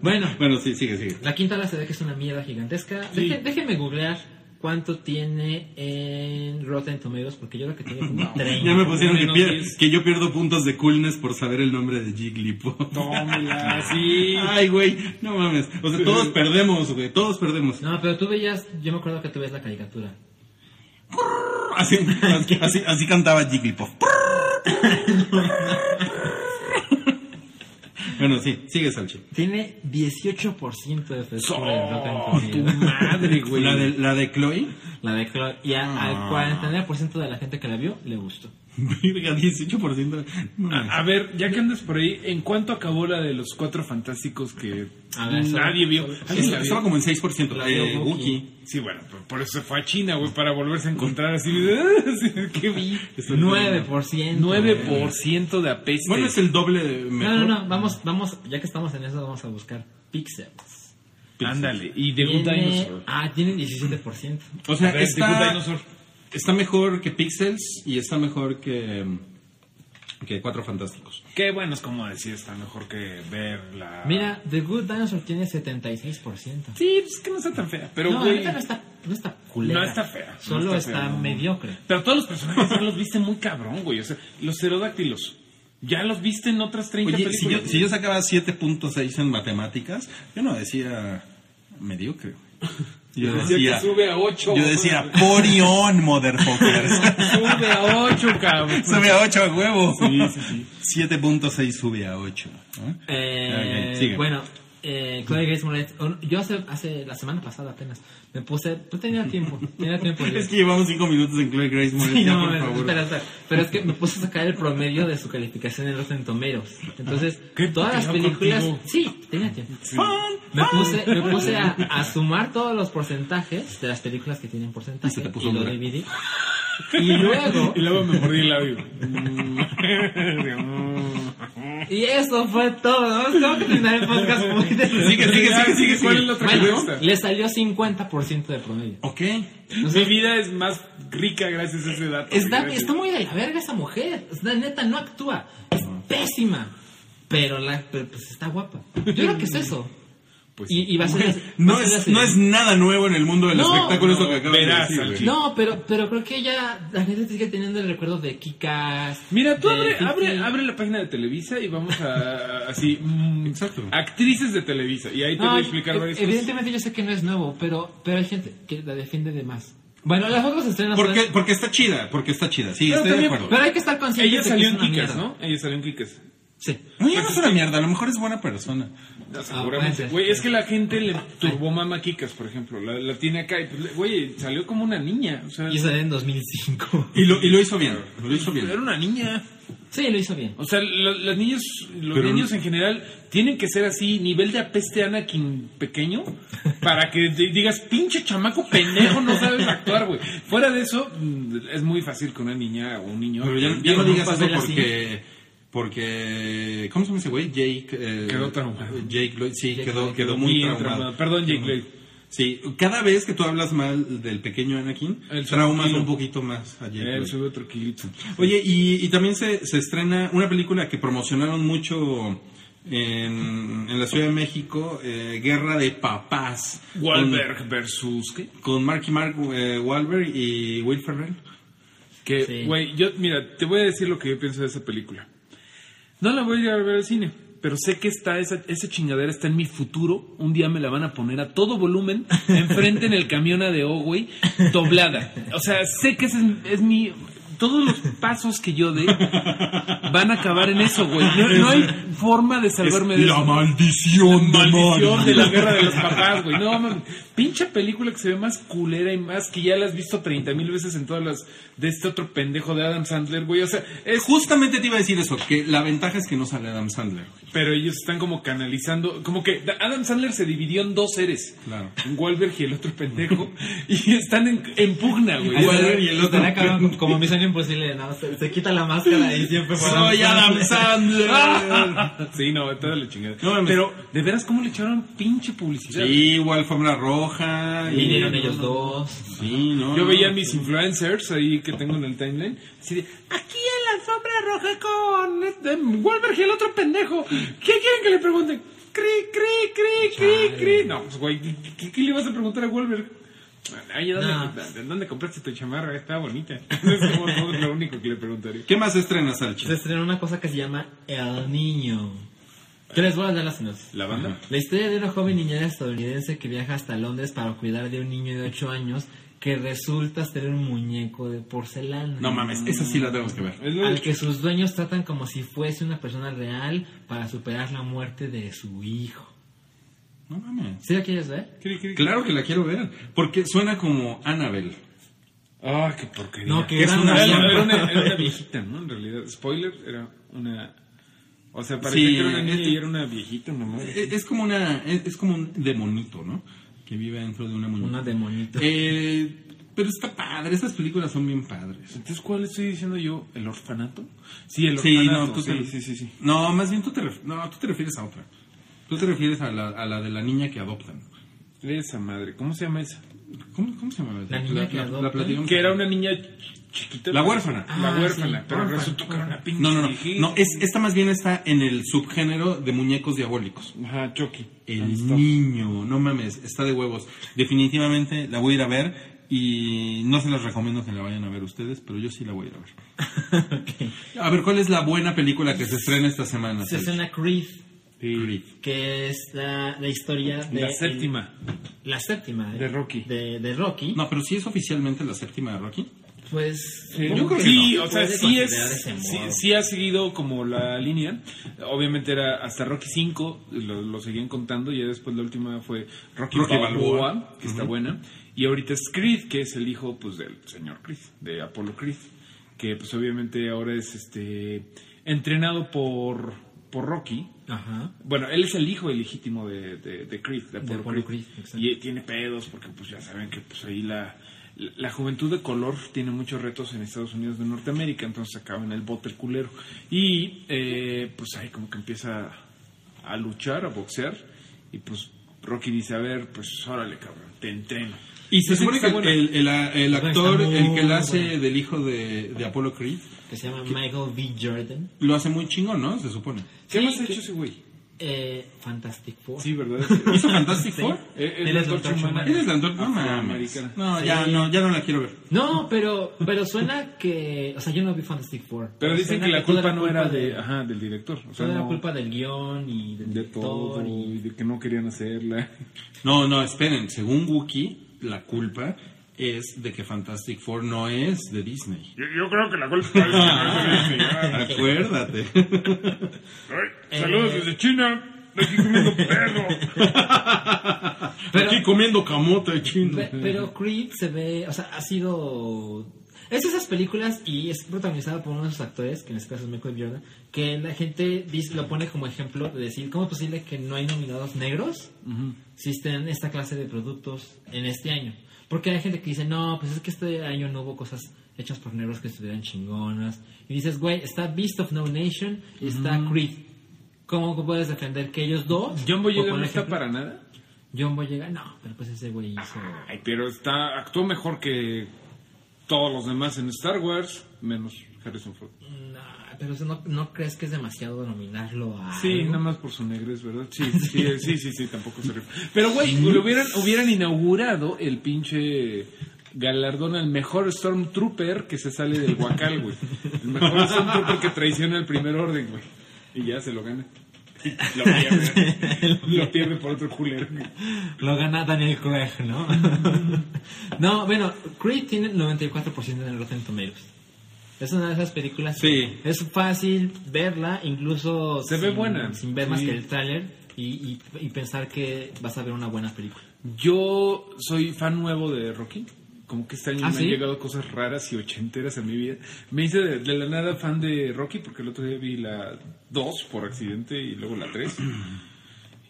S2: Bueno,
S3: Bueno, sí, sigue, sigue.
S2: la quinta ola se ve que es una mierda gigantesca. Deje- déjenme googlear cuánto tiene en Rotten Tomatoes, porque yo creo que tiene como 30.
S3: Ya me pusieron que,
S5: Menos
S3: pier-
S5: diez.
S3: que yo pierdo puntos de coolness por saber el nombre de Jigglypuff.
S5: Tómala, sí.
S2: Ah,
S3: Ay, güey, no mames. O sea, todos perdemos, güey, todos perdemos.
S2: No, pero tú veías, yo me acuerdo que tú ves la caricatura.
S3: Así, así, así cantaba Jigglypuff. bueno, sí, sigue Salchi.
S2: Tiene 18% de frescura en
S5: Oh,
S2: Rotten
S5: tu
S2: Tomatoes.
S5: madre, güey.
S3: La de, la de Chloe,
S2: La de Chloe. Y a-
S3: Ah.
S2: al 49% de la gente que la vio le gustó.
S3: verga, 18%. No mames.
S5: A, a ver, ya que andas por ahí, ¿en cuánto acabó la de los cuatro fantásticos que
S2: A ver, Ah, solo-
S5: nadie vio? ¿Alguien la
S3: Estaba
S5: vio?
S3: estaba como en 6%.
S2: La
S3: Eh,
S2: de Wookiee.
S3: Wookiee.
S5: Sí, bueno, por, por eso se fue a China, güey, para volverse a encontrar así. de, ¿Qué vi?
S3: Estoy
S2: 9%.
S5: 9% de apeste.
S3: Bueno, es el doble de mejor.
S2: No, no, no, vamos, vamos, ya que estamos en eso, vamos a buscar Pixel.
S5: Ándale, y The Good
S2: Tiene-
S5: Dinosaur.
S2: Ah, tiene 17%.
S3: O sea,
S5: A ver, The Good
S3: está,
S5: Dinosaur.
S3: está mejor que Pixels y está mejor que, que Cuatro Fantásticos.
S5: Qué bueno, es como decir, está mejor que ver la...
S2: Mira, The Good Dinosaur tiene 76%.
S5: Sí, pues es que no está tan fea, pero
S2: no,
S5: güey,
S2: ahorita no está, no está culera.
S5: No está fea, no
S2: Solo
S5: está
S2: está,
S5: fea, no.
S2: mediocre.
S5: Pero todos los personajes ya los viste muy cabrón, güey. O sea, los pterodáctilos. Ya los viste en otras 30
S3: Oye, si yo,
S5: películas.
S3: si yo sacaba 7.6 en matemáticas, yo no decía mediocre. Yo
S5: Decía
S3: decía,
S5: que sube a 8.
S3: yo decía porión, motherfuckers.
S5: Sube a 8, cabrón.
S3: sube a 8 a huevo. 7.6 sube a 8. ¿no?
S2: Eh,
S3: Ok, sigue.
S2: bueno, eh, Chloe Grace Moretz, un- yo hace, hace la semana pasada apenas me puse, pues tenía tiempo, tenía tiempo. libre.
S3: Es que llevamos 5 minutos en Chloe Grace Moretz,
S2: pues Sí,
S3: ya,
S2: no,
S3: por
S2: pero,
S3: favor.
S2: espera, espera. Pero es que me puse a sacar el promedio de su calificación en Rotten Tomatoes. Entonces,
S3: Ah,
S5: ¿Qué
S2: todas las
S5: pedo
S2: películas...
S5: contigo?
S2: Sí, tenía tiempo. Me puse, me puse a, a sumar todos los porcentajes de las películas que tienen porcentaje
S3: te
S2: y,
S3: puso
S2: lo
S3: dura.
S2: dividí. Y luego...
S5: Y luego me mordí el labio. Mm.
S2: Y eso fue todo. ¿no? Tengo que terminar el podcast muy
S3: Sigue, sigue, sigue, sigue.
S5: ¿Cuál
S3: sigue.
S5: es la otra que
S2: Bueno,
S5: te gusta?
S2: le salió 50% de promedio.
S3: Ok.
S5: Mi vida es más rica gracias a ese dato.
S2: Está,
S5: Gracias.
S2: está muy de la verga esa mujer. La neta no actúa. Es pésima. Pero, la, pero, pues está guapa. Yo creo que es eso.
S5: Pues
S2: y, y va a ser.
S3: Bueno,
S2: va a
S3: No
S2: ser
S3: es,
S2: así.
S3: no es nada nuevo en el mundo del
S2: No,
S3: espectáculo esto que
S5: no,
S3: acabas
S5: verás,
S3: de decir.
S5: Salchi.
S3: güey.
S2: No, pero, pero creo que ella, la neta, sigue teniendo el recuerdo de Kikas.
S5: Mira, tú
S2: de
S5: abre,
S2: Fifi.
S5: abre, abre la página de Televisa y vamos a, a- así, mm,
S3: Exacto.
S5: actrices de Televisa. Y ahí te
S2: No,
S5: voy a explicar
S2: e-
S5: varias cosas.
S2: Evidentemente, yo sé que no es nuevo, pero, pero hay gente que la defiende de más. Bueno, las otras estrenas.
S3: Porque,
S2: fueron-
S3: porque está chida, porque está chida. Sí,
S5: Pero
S3: estoy
S5: también-
S3: de acuerdo.
S2: Pero hay que estar consciente
S5: Ella
S2: de que
S5: salió
S2: es
S5: en
S2: una
S5: Kikas,
S2: mierda.
S5: ¿no? Ella salió en Kikas.
S2: Sí.
S3: No, ya no es una mierda, a lo mejor es buena persona.
S5: No,
S2: Ah, puede
S5: seguramente.
S2: ser.
S5: Güey, es que la gente le turbó mama Kikas, por ejemplo. La, la tiene acá y, pues, le- güey, salió como una niña. O sea,
S2: Y salió en 2005.
S3: Y lo, y lo hizo bien, lo hizo
S5: era
S3: bien.
S5: una niña.
S2: Sí, lo hizo bien.
S5: O sea, lo- las niñas, los
S3: Pero-
S5: niños en general tienen que ser así, nivel de apeste Anakin pequeño, para que te digas, pinche chamaco pendejo, no sabes actuar, güey. Fuera de eso, mm, es muy fácil con una niña o un niño.
S3: Pero ya,
S5: que-
S3: ya no
S5: con un
S3: digas eso
S5: papel así.
S3: porque... Porque... ¿Cómo se llama ese güey? Jake... eh,
S5: Quedó traumado.
S3: Jake Lloyd, sí,
S2: Jake
S3: quedó,
S2: Lloyd
S3: quedó
S5: quedó
S3: muy
S5: bien
S3: traumado.
S5: traumado. Perdón, Jake Lloyd.
S3: Sí, cada vez que tú hablas mal del pequeño Anakin,
S5: Él se
S3: traumas
S5: tranquilo.
S3: un poquito más a Jake
S5: Él
S3: Lloyd.
S5: sube eh, otro kilito.
S3: Oye, y, y también se, se estrena una película que promocionaron mucho en, en la Ciudad de México, eh, Guerra de Papás.
S5: Wahlberg versus, ¿qué?
S3: Con, con Marky Mark eh, Wahlberg y Will Ferrell.
S5: Que,
S2: Sí.
S5: güey, yo, mira, te voy a decir lo que yo pienso de esa película. No la voy a ir a ver al cine, pero sé que está esa, esa chingadera está en mi futuro. Un día me la van a poner a todo volumen, enfrente en el camión ADO, güey, doblada. O sea, sé que ese es, es mi... Todos los pasos que yo dé van a acabar en eso, güey. No, no hay forma de salvarme de eso.
S3: maldición
S5: Maldición de la guerra de los papás, güey. No, mames. Pinche película que se ve más culera y más que ya la has visto 30 mil veces en todas las. De este otro pendejo de Adam Sandler, güey. O sea, es.
S3: Justamente te iba a decir eso, que la ventaja es que no sale Adam Sandler. güey.
S5: Pero ellos están como canalizando. Como que da- Adam Sandler se dividió en dos seres.
S3: Claro.
S5: Un Wahlberg y el otro pendejo. y están en, en pugna, güey.
S2: Ahí
S5: O sea,
S2: está-
S3: y el otro.
S2: estará cabrón, como Misión Imposible, ¿no? se, se quita la máscara y siempre fue
S3: Soy Adam Sandler.
S5: sí, no, toda la chingada.
S3: No mames.
S5: Pero, de veras, ¿cómo le echaron pinche publicidad?
S3: sí, igual Fórmula Roja.
S2: Y vinieron
S3: no,
S2: ellos
S3: no.
S2: dos.
S3: Sí, no.
S5: Yo
S3: no.
S5: veía a mis influencers ahí que tengo en el timeline. Así de, aquí en la alfombra roja con eh, Wahlberg y el otro pendejo. ¿Qué quieren que le pregunten? Cri, cri, cri, cri, cri. No, pues güey, ¿qué, qué- qué le vas a preguntar a Wahlberg? Ay, ¿dónde,
S2: No.
S5: ¿dónde- ¿dónde compraste tu chamarra? Está bonita. Es como todo lo único que le preguntaría.
S3: ¿Qué más estrenas, Salchi?
S2: Se estrenó una cosa que se llama El Niño. Que les voy a dar las sinopsis.
S5: ¿La banda?
S2: La historia de una joven niñera estadounidense que viaja hasta Londres para cuidar de un niño de 8 años que resulta ser un muñeco de porcelana.
S3: No mames, esa sí la tenemos que ver.
S5: Es lo
S2: Al que sus dueños tratan como si fuese una persona real para superar la muerte de su hijo.
S3: No mames.
S2: ¿Sí lo quieres ver?
S5: Cri, cri, cri.
S3: Claro que la quiero ver, porque suena como Annabelle.
S5: Ah, qué porquería.
S2: No, que
S3: Es
S2: gran
S3: una-
S5: Era,
S2: mierda.
S5: era una, era una viejita, ¿no? En realidad, spoiler, era una... O sea, parecía
S3: Sí,
S5: que era una niña
S3: este-
S5: y era una viejita, una madre.
S3: Es, E-, es como una, es, es como un demonito, ¿no? Que vive dentro de una muñeca.
S2: Una demonito.
S3: Eh, pero está padre, esas películas son bien padres.
S5: Entonces, ¿cuál estoy diciendo yo? ¿El orfanato? Sí, el
S3: Sí,
S5: orfanato.
S3: no, tú
S5: sí,
S3: te,
S5: sí, sí, sí.
S3: No, más bien tú te, ref- no, tú te refieres a otra. Tú te refieres a la, a la de la niña que adoptan.
S5: Esa madre, ¿cómo se llama esa?
S3: ¿Cómo, cómo se llama?
S2: La niña que adoptan.
S3: platicamos.
S5: Que era una niña ch- chiquita. pues.
S3: La huérfana.
S5: la
S2: Ah,
S5: huérfana,
S2: sí,
S5: pero
S2: huérfana.
S5: resultó que era una pinche
S3: No, no, no.
S5: viejita.
S3: no es, esta más bien está en el subgénero de muñecos diabólicos.
S5: Ajá, Chucky.
S2: Ah,
S3: El
S5: Ahí está.
S3: niño, no mames, está de huevos. Definitivamente la voy a ir a ver y no se las recomiendo que la vayan a ver ustedes, pero yo sí la voy a ir a ver.
S2: Ok.
S3: A ver, ¿cuál es la buena película que se estrena esta semana?
S2: Se
S3: Sergio?
S2: estrena Creed,
S3: Creed.
S2: que es la, la historia de...
S5: La séptima.
S2: la séptima. eh,
S5: De Rocky.
S2: De, de Rocky.
S3: No, pero sí es oficialmente la séptima de Rocky.
S2: Pues...
S5: Sí,
S3: Yo creo que
S5: sí,
S3: no.
S5: o sea,
S2: Puede
S5: sí es.
S2: considerar ese
S5: Sí,
S2: modo.
S5: sí ha seguido como la línea. Obviamente era hasta Rocky 5, lo, lo seguían contando. Y ya después la última fue Rocky,
S3: Rocky
S5: Balboa,
S3: Balboa.
S5: que está buena. Y ahorita es Creed, que es el hijo pues del señor Creed, de Apolo Creed. Que pues obviamente ahora es este entrenado por, por Rocky.
S2: Ajá.
S5: Bueno, él es el hijo ilegítimo de, de, de Creed, de Apollo
S2: Apollo
S5: Creed.
S2: Creed, exacto.
S5: y tiene pedos porque pues ya saben que pues ahí la la juventud de color tiene muchos retos en Estados Unidos de Norteamérica, entonces acaba en el bote el culero. Y eh, pues ahí como que empieza a luchar, a boxear, y pues Rocky dice, a ver, pues órale cabrón, te entreno.
S3: Y se
S5: Dicen que
S3: supone que
S5: está buena.
S3: el, el- el
S2: Está
S3: actor,
S2: muy
S3: el que la hace
S2: buena.
S3: del hijo de, de Apollo Creed,
S2: que se llama Michael B. Jordan.
S3: lo hace muy chingón, ¿no? Se supone.
S5: ¿Qué
S2: Sí,
S5: más ha
S2: que-
S5: hecho ese güey?
S2: Eh, Fantastic Four.
S5: Sí, ¿verdad?
S3: ¿Hizo Fantastic Four?
S5: Eh,
S2: Él
S5: la
S2: es
S5: antorcha
S2: Dr.
S5: humana. Ah,
S2: Humana.
S3: ¿Eres Landor? No mames.
S5: Afroamericana.
S3: No,
S2: Ah, Sí.
S3: ya no, ya no la quiero ver.
S2: No, pero, pero suena que. O sea, yo no vi Fantastic Four.
S5: Pero dicen
S2: Suena
S5: que Pues la
S2: toda
S5: culpa no era de,
S2: de-
S5: ajá, del director. O sea,
S2: toda
S5: no-
S2: la culpa del guión y del
S5: de
S2: director
S5: todo
S2: y-
S5: y de que no querían hacerla.
S3: No, no, esperen. Según Wookiee, la culpa es de que Fantastic Four no es de Disney.
S4: Yo, yo creo que la culpa es que no es de Disney. Ah,
S3: Acuérdate.
S4: ay, Saludos desde China. Aquí comiendo perro.
S2: Pero-
S3: Aquí comiendo camote chino.
S2: Pe- Pero Creed se ve, o sea, ha sido... Es de esas películas y es protagonizada por uno de sus actores, que en este caso es Michael B. Jordan, que la gente dice- lo pone como ejemplo de decir, ¿cómo es posible que no hay nominados negros si existen esta clase de productos en este año? Porque hay gente que dice, no, pues es que este año no hubo cosas hechas por negros que estuvieran chingonas. Y dices, güey, está Beast of No Nation y está Creed. ¿Cómo puedes defender que ellos dos...
S5: John
S2: por
S5: Boyega
S2: poner
S5: no está
S2: ejemplo-
S5: para nada.
S2: John Boyega, no, pero pues ese güey hizo...
S5: Ay, pero está actuó mejor que todos los demás en Star Wars, menos Harrison Ford.
S2: No, pero eso no, no crees que es demasiado nominarlo a.
S5: Sí,
S2: algo?
S5: nada más por su negrez, ¿verdad? Sí, sí, sí, sí, sí, tampoco se rifa. Pero, güey, le hubieran, hubieran inaugurado el pinche galardón al mejor Stormtrooper que se sale del huacal, güey. El mejor Stormtrooper que traiciona el primer orden, güey. Y ya se lo gana. Y Lo pierde. lo pierde por otro culero. güey.
S2: Lo gana Daniel Craig, ¿no? Mm. no, bueno, Creed tiene 94% en el Rotten Tomatoes. Es una de esas películas.
S3: Sí.
S2: que Es fácil verla, incluso.
S5: Se ve buena.
S2: Sin ver más
S5: Sí.
S2: que el tráiler y, y, y pensar que vas a ver una buena película.
S5: Yo soy fan nuevo de Rocky. Como que este año
S2: ¿Ah,
S5: me
S2: sí?
S5: han llegado cosas raras y ochenteras a mi vida. Me hice de, de la nada fan de Rocky porque el otro día vi la 2 por accidente y luego la 3.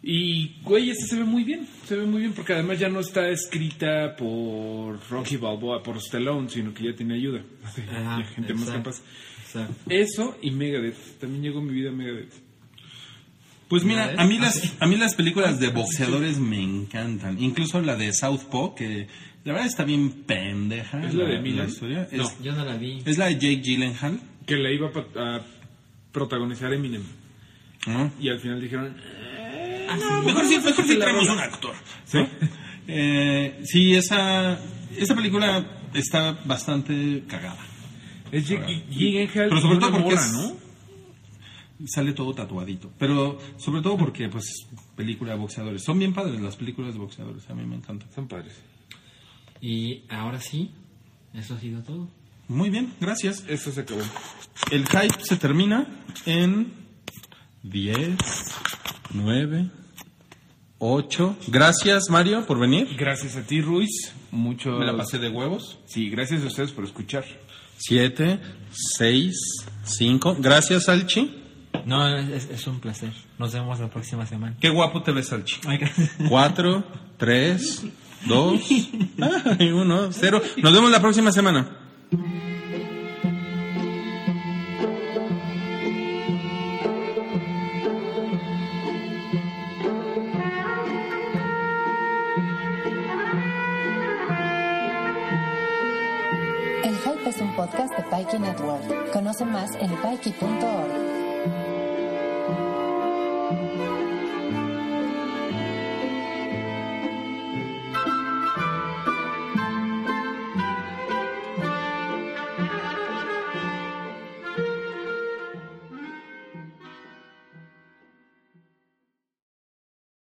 S5: Y, güey, este se ve muy bien. Se ve muy bien porque además ya no está escrita por Rocky Balboa, por Stallone, sino que ya tiene ayuda.
S2: Ajá,
S5: Ya gente más
S2: Ah, exacto.
S5: capaz.
S2: Exacto.
S5: Eso y Megadeth. También llegó mi vida Megadeth.
S3: Pues mira,
S2: ¿Verdad?
S3: a mí
S5: Ah,
S3: las a mí las películas de boxeadores me encantan, incluso la de Southpaw que la verdad está bien pendeja.
S5: ¿Es la de Miller?
S3: historia.
S5: No.
S3: Es,
S2: Yo no la vi.
S3: es la de Jake Gyllenhaal.
S5: Que la iba a pat- a protagonizar Eminem.
S3: ¿no?
S5: Y al final dijeron, Ah,
S3: No, mejor sí, mejor sí traemos un actor. Sí. Eh, sí, esa esa película está bastante cagada.
S5: Es Jake
S3: Ahora,
S5: Gyllenhaal
S3: pero sobre
S5: con
S3: todo
S5: una
S3: porque
S5: morra,
S3: es- Sale todo tatuadito, pero sobre todo porque pues película de boxeadores. Son bien padres las películas de boxeadores, a mí me encantan.
S5: Son padres.
S2: Y ahora sí, eso ha sido todo.
S3: Muy bien, gracias.
S5: Eso se acabó.
S3: El hype se termina en 10, 9, 8. Gracias, Mario, por venir.
S5: Gracias a ti, Ruiz. Mucho.
S3: Me la pasé de huevos.
S5: Sí, gracias a ustedes por escuchar.
S3: 7, 6, 5. Gracias, Salchi.
S2: No, es, es un placer. Nos vemos la próxima semana.
S3: Qué guapo te ves, Salchi.
S2: Ay, gracias.
S3: 4, 3, 2, Ah, 1, 0. Nos vemos la próxima semana.
S7: El Hype es un podcast de Pikey Network. Conoce más en pikey.org.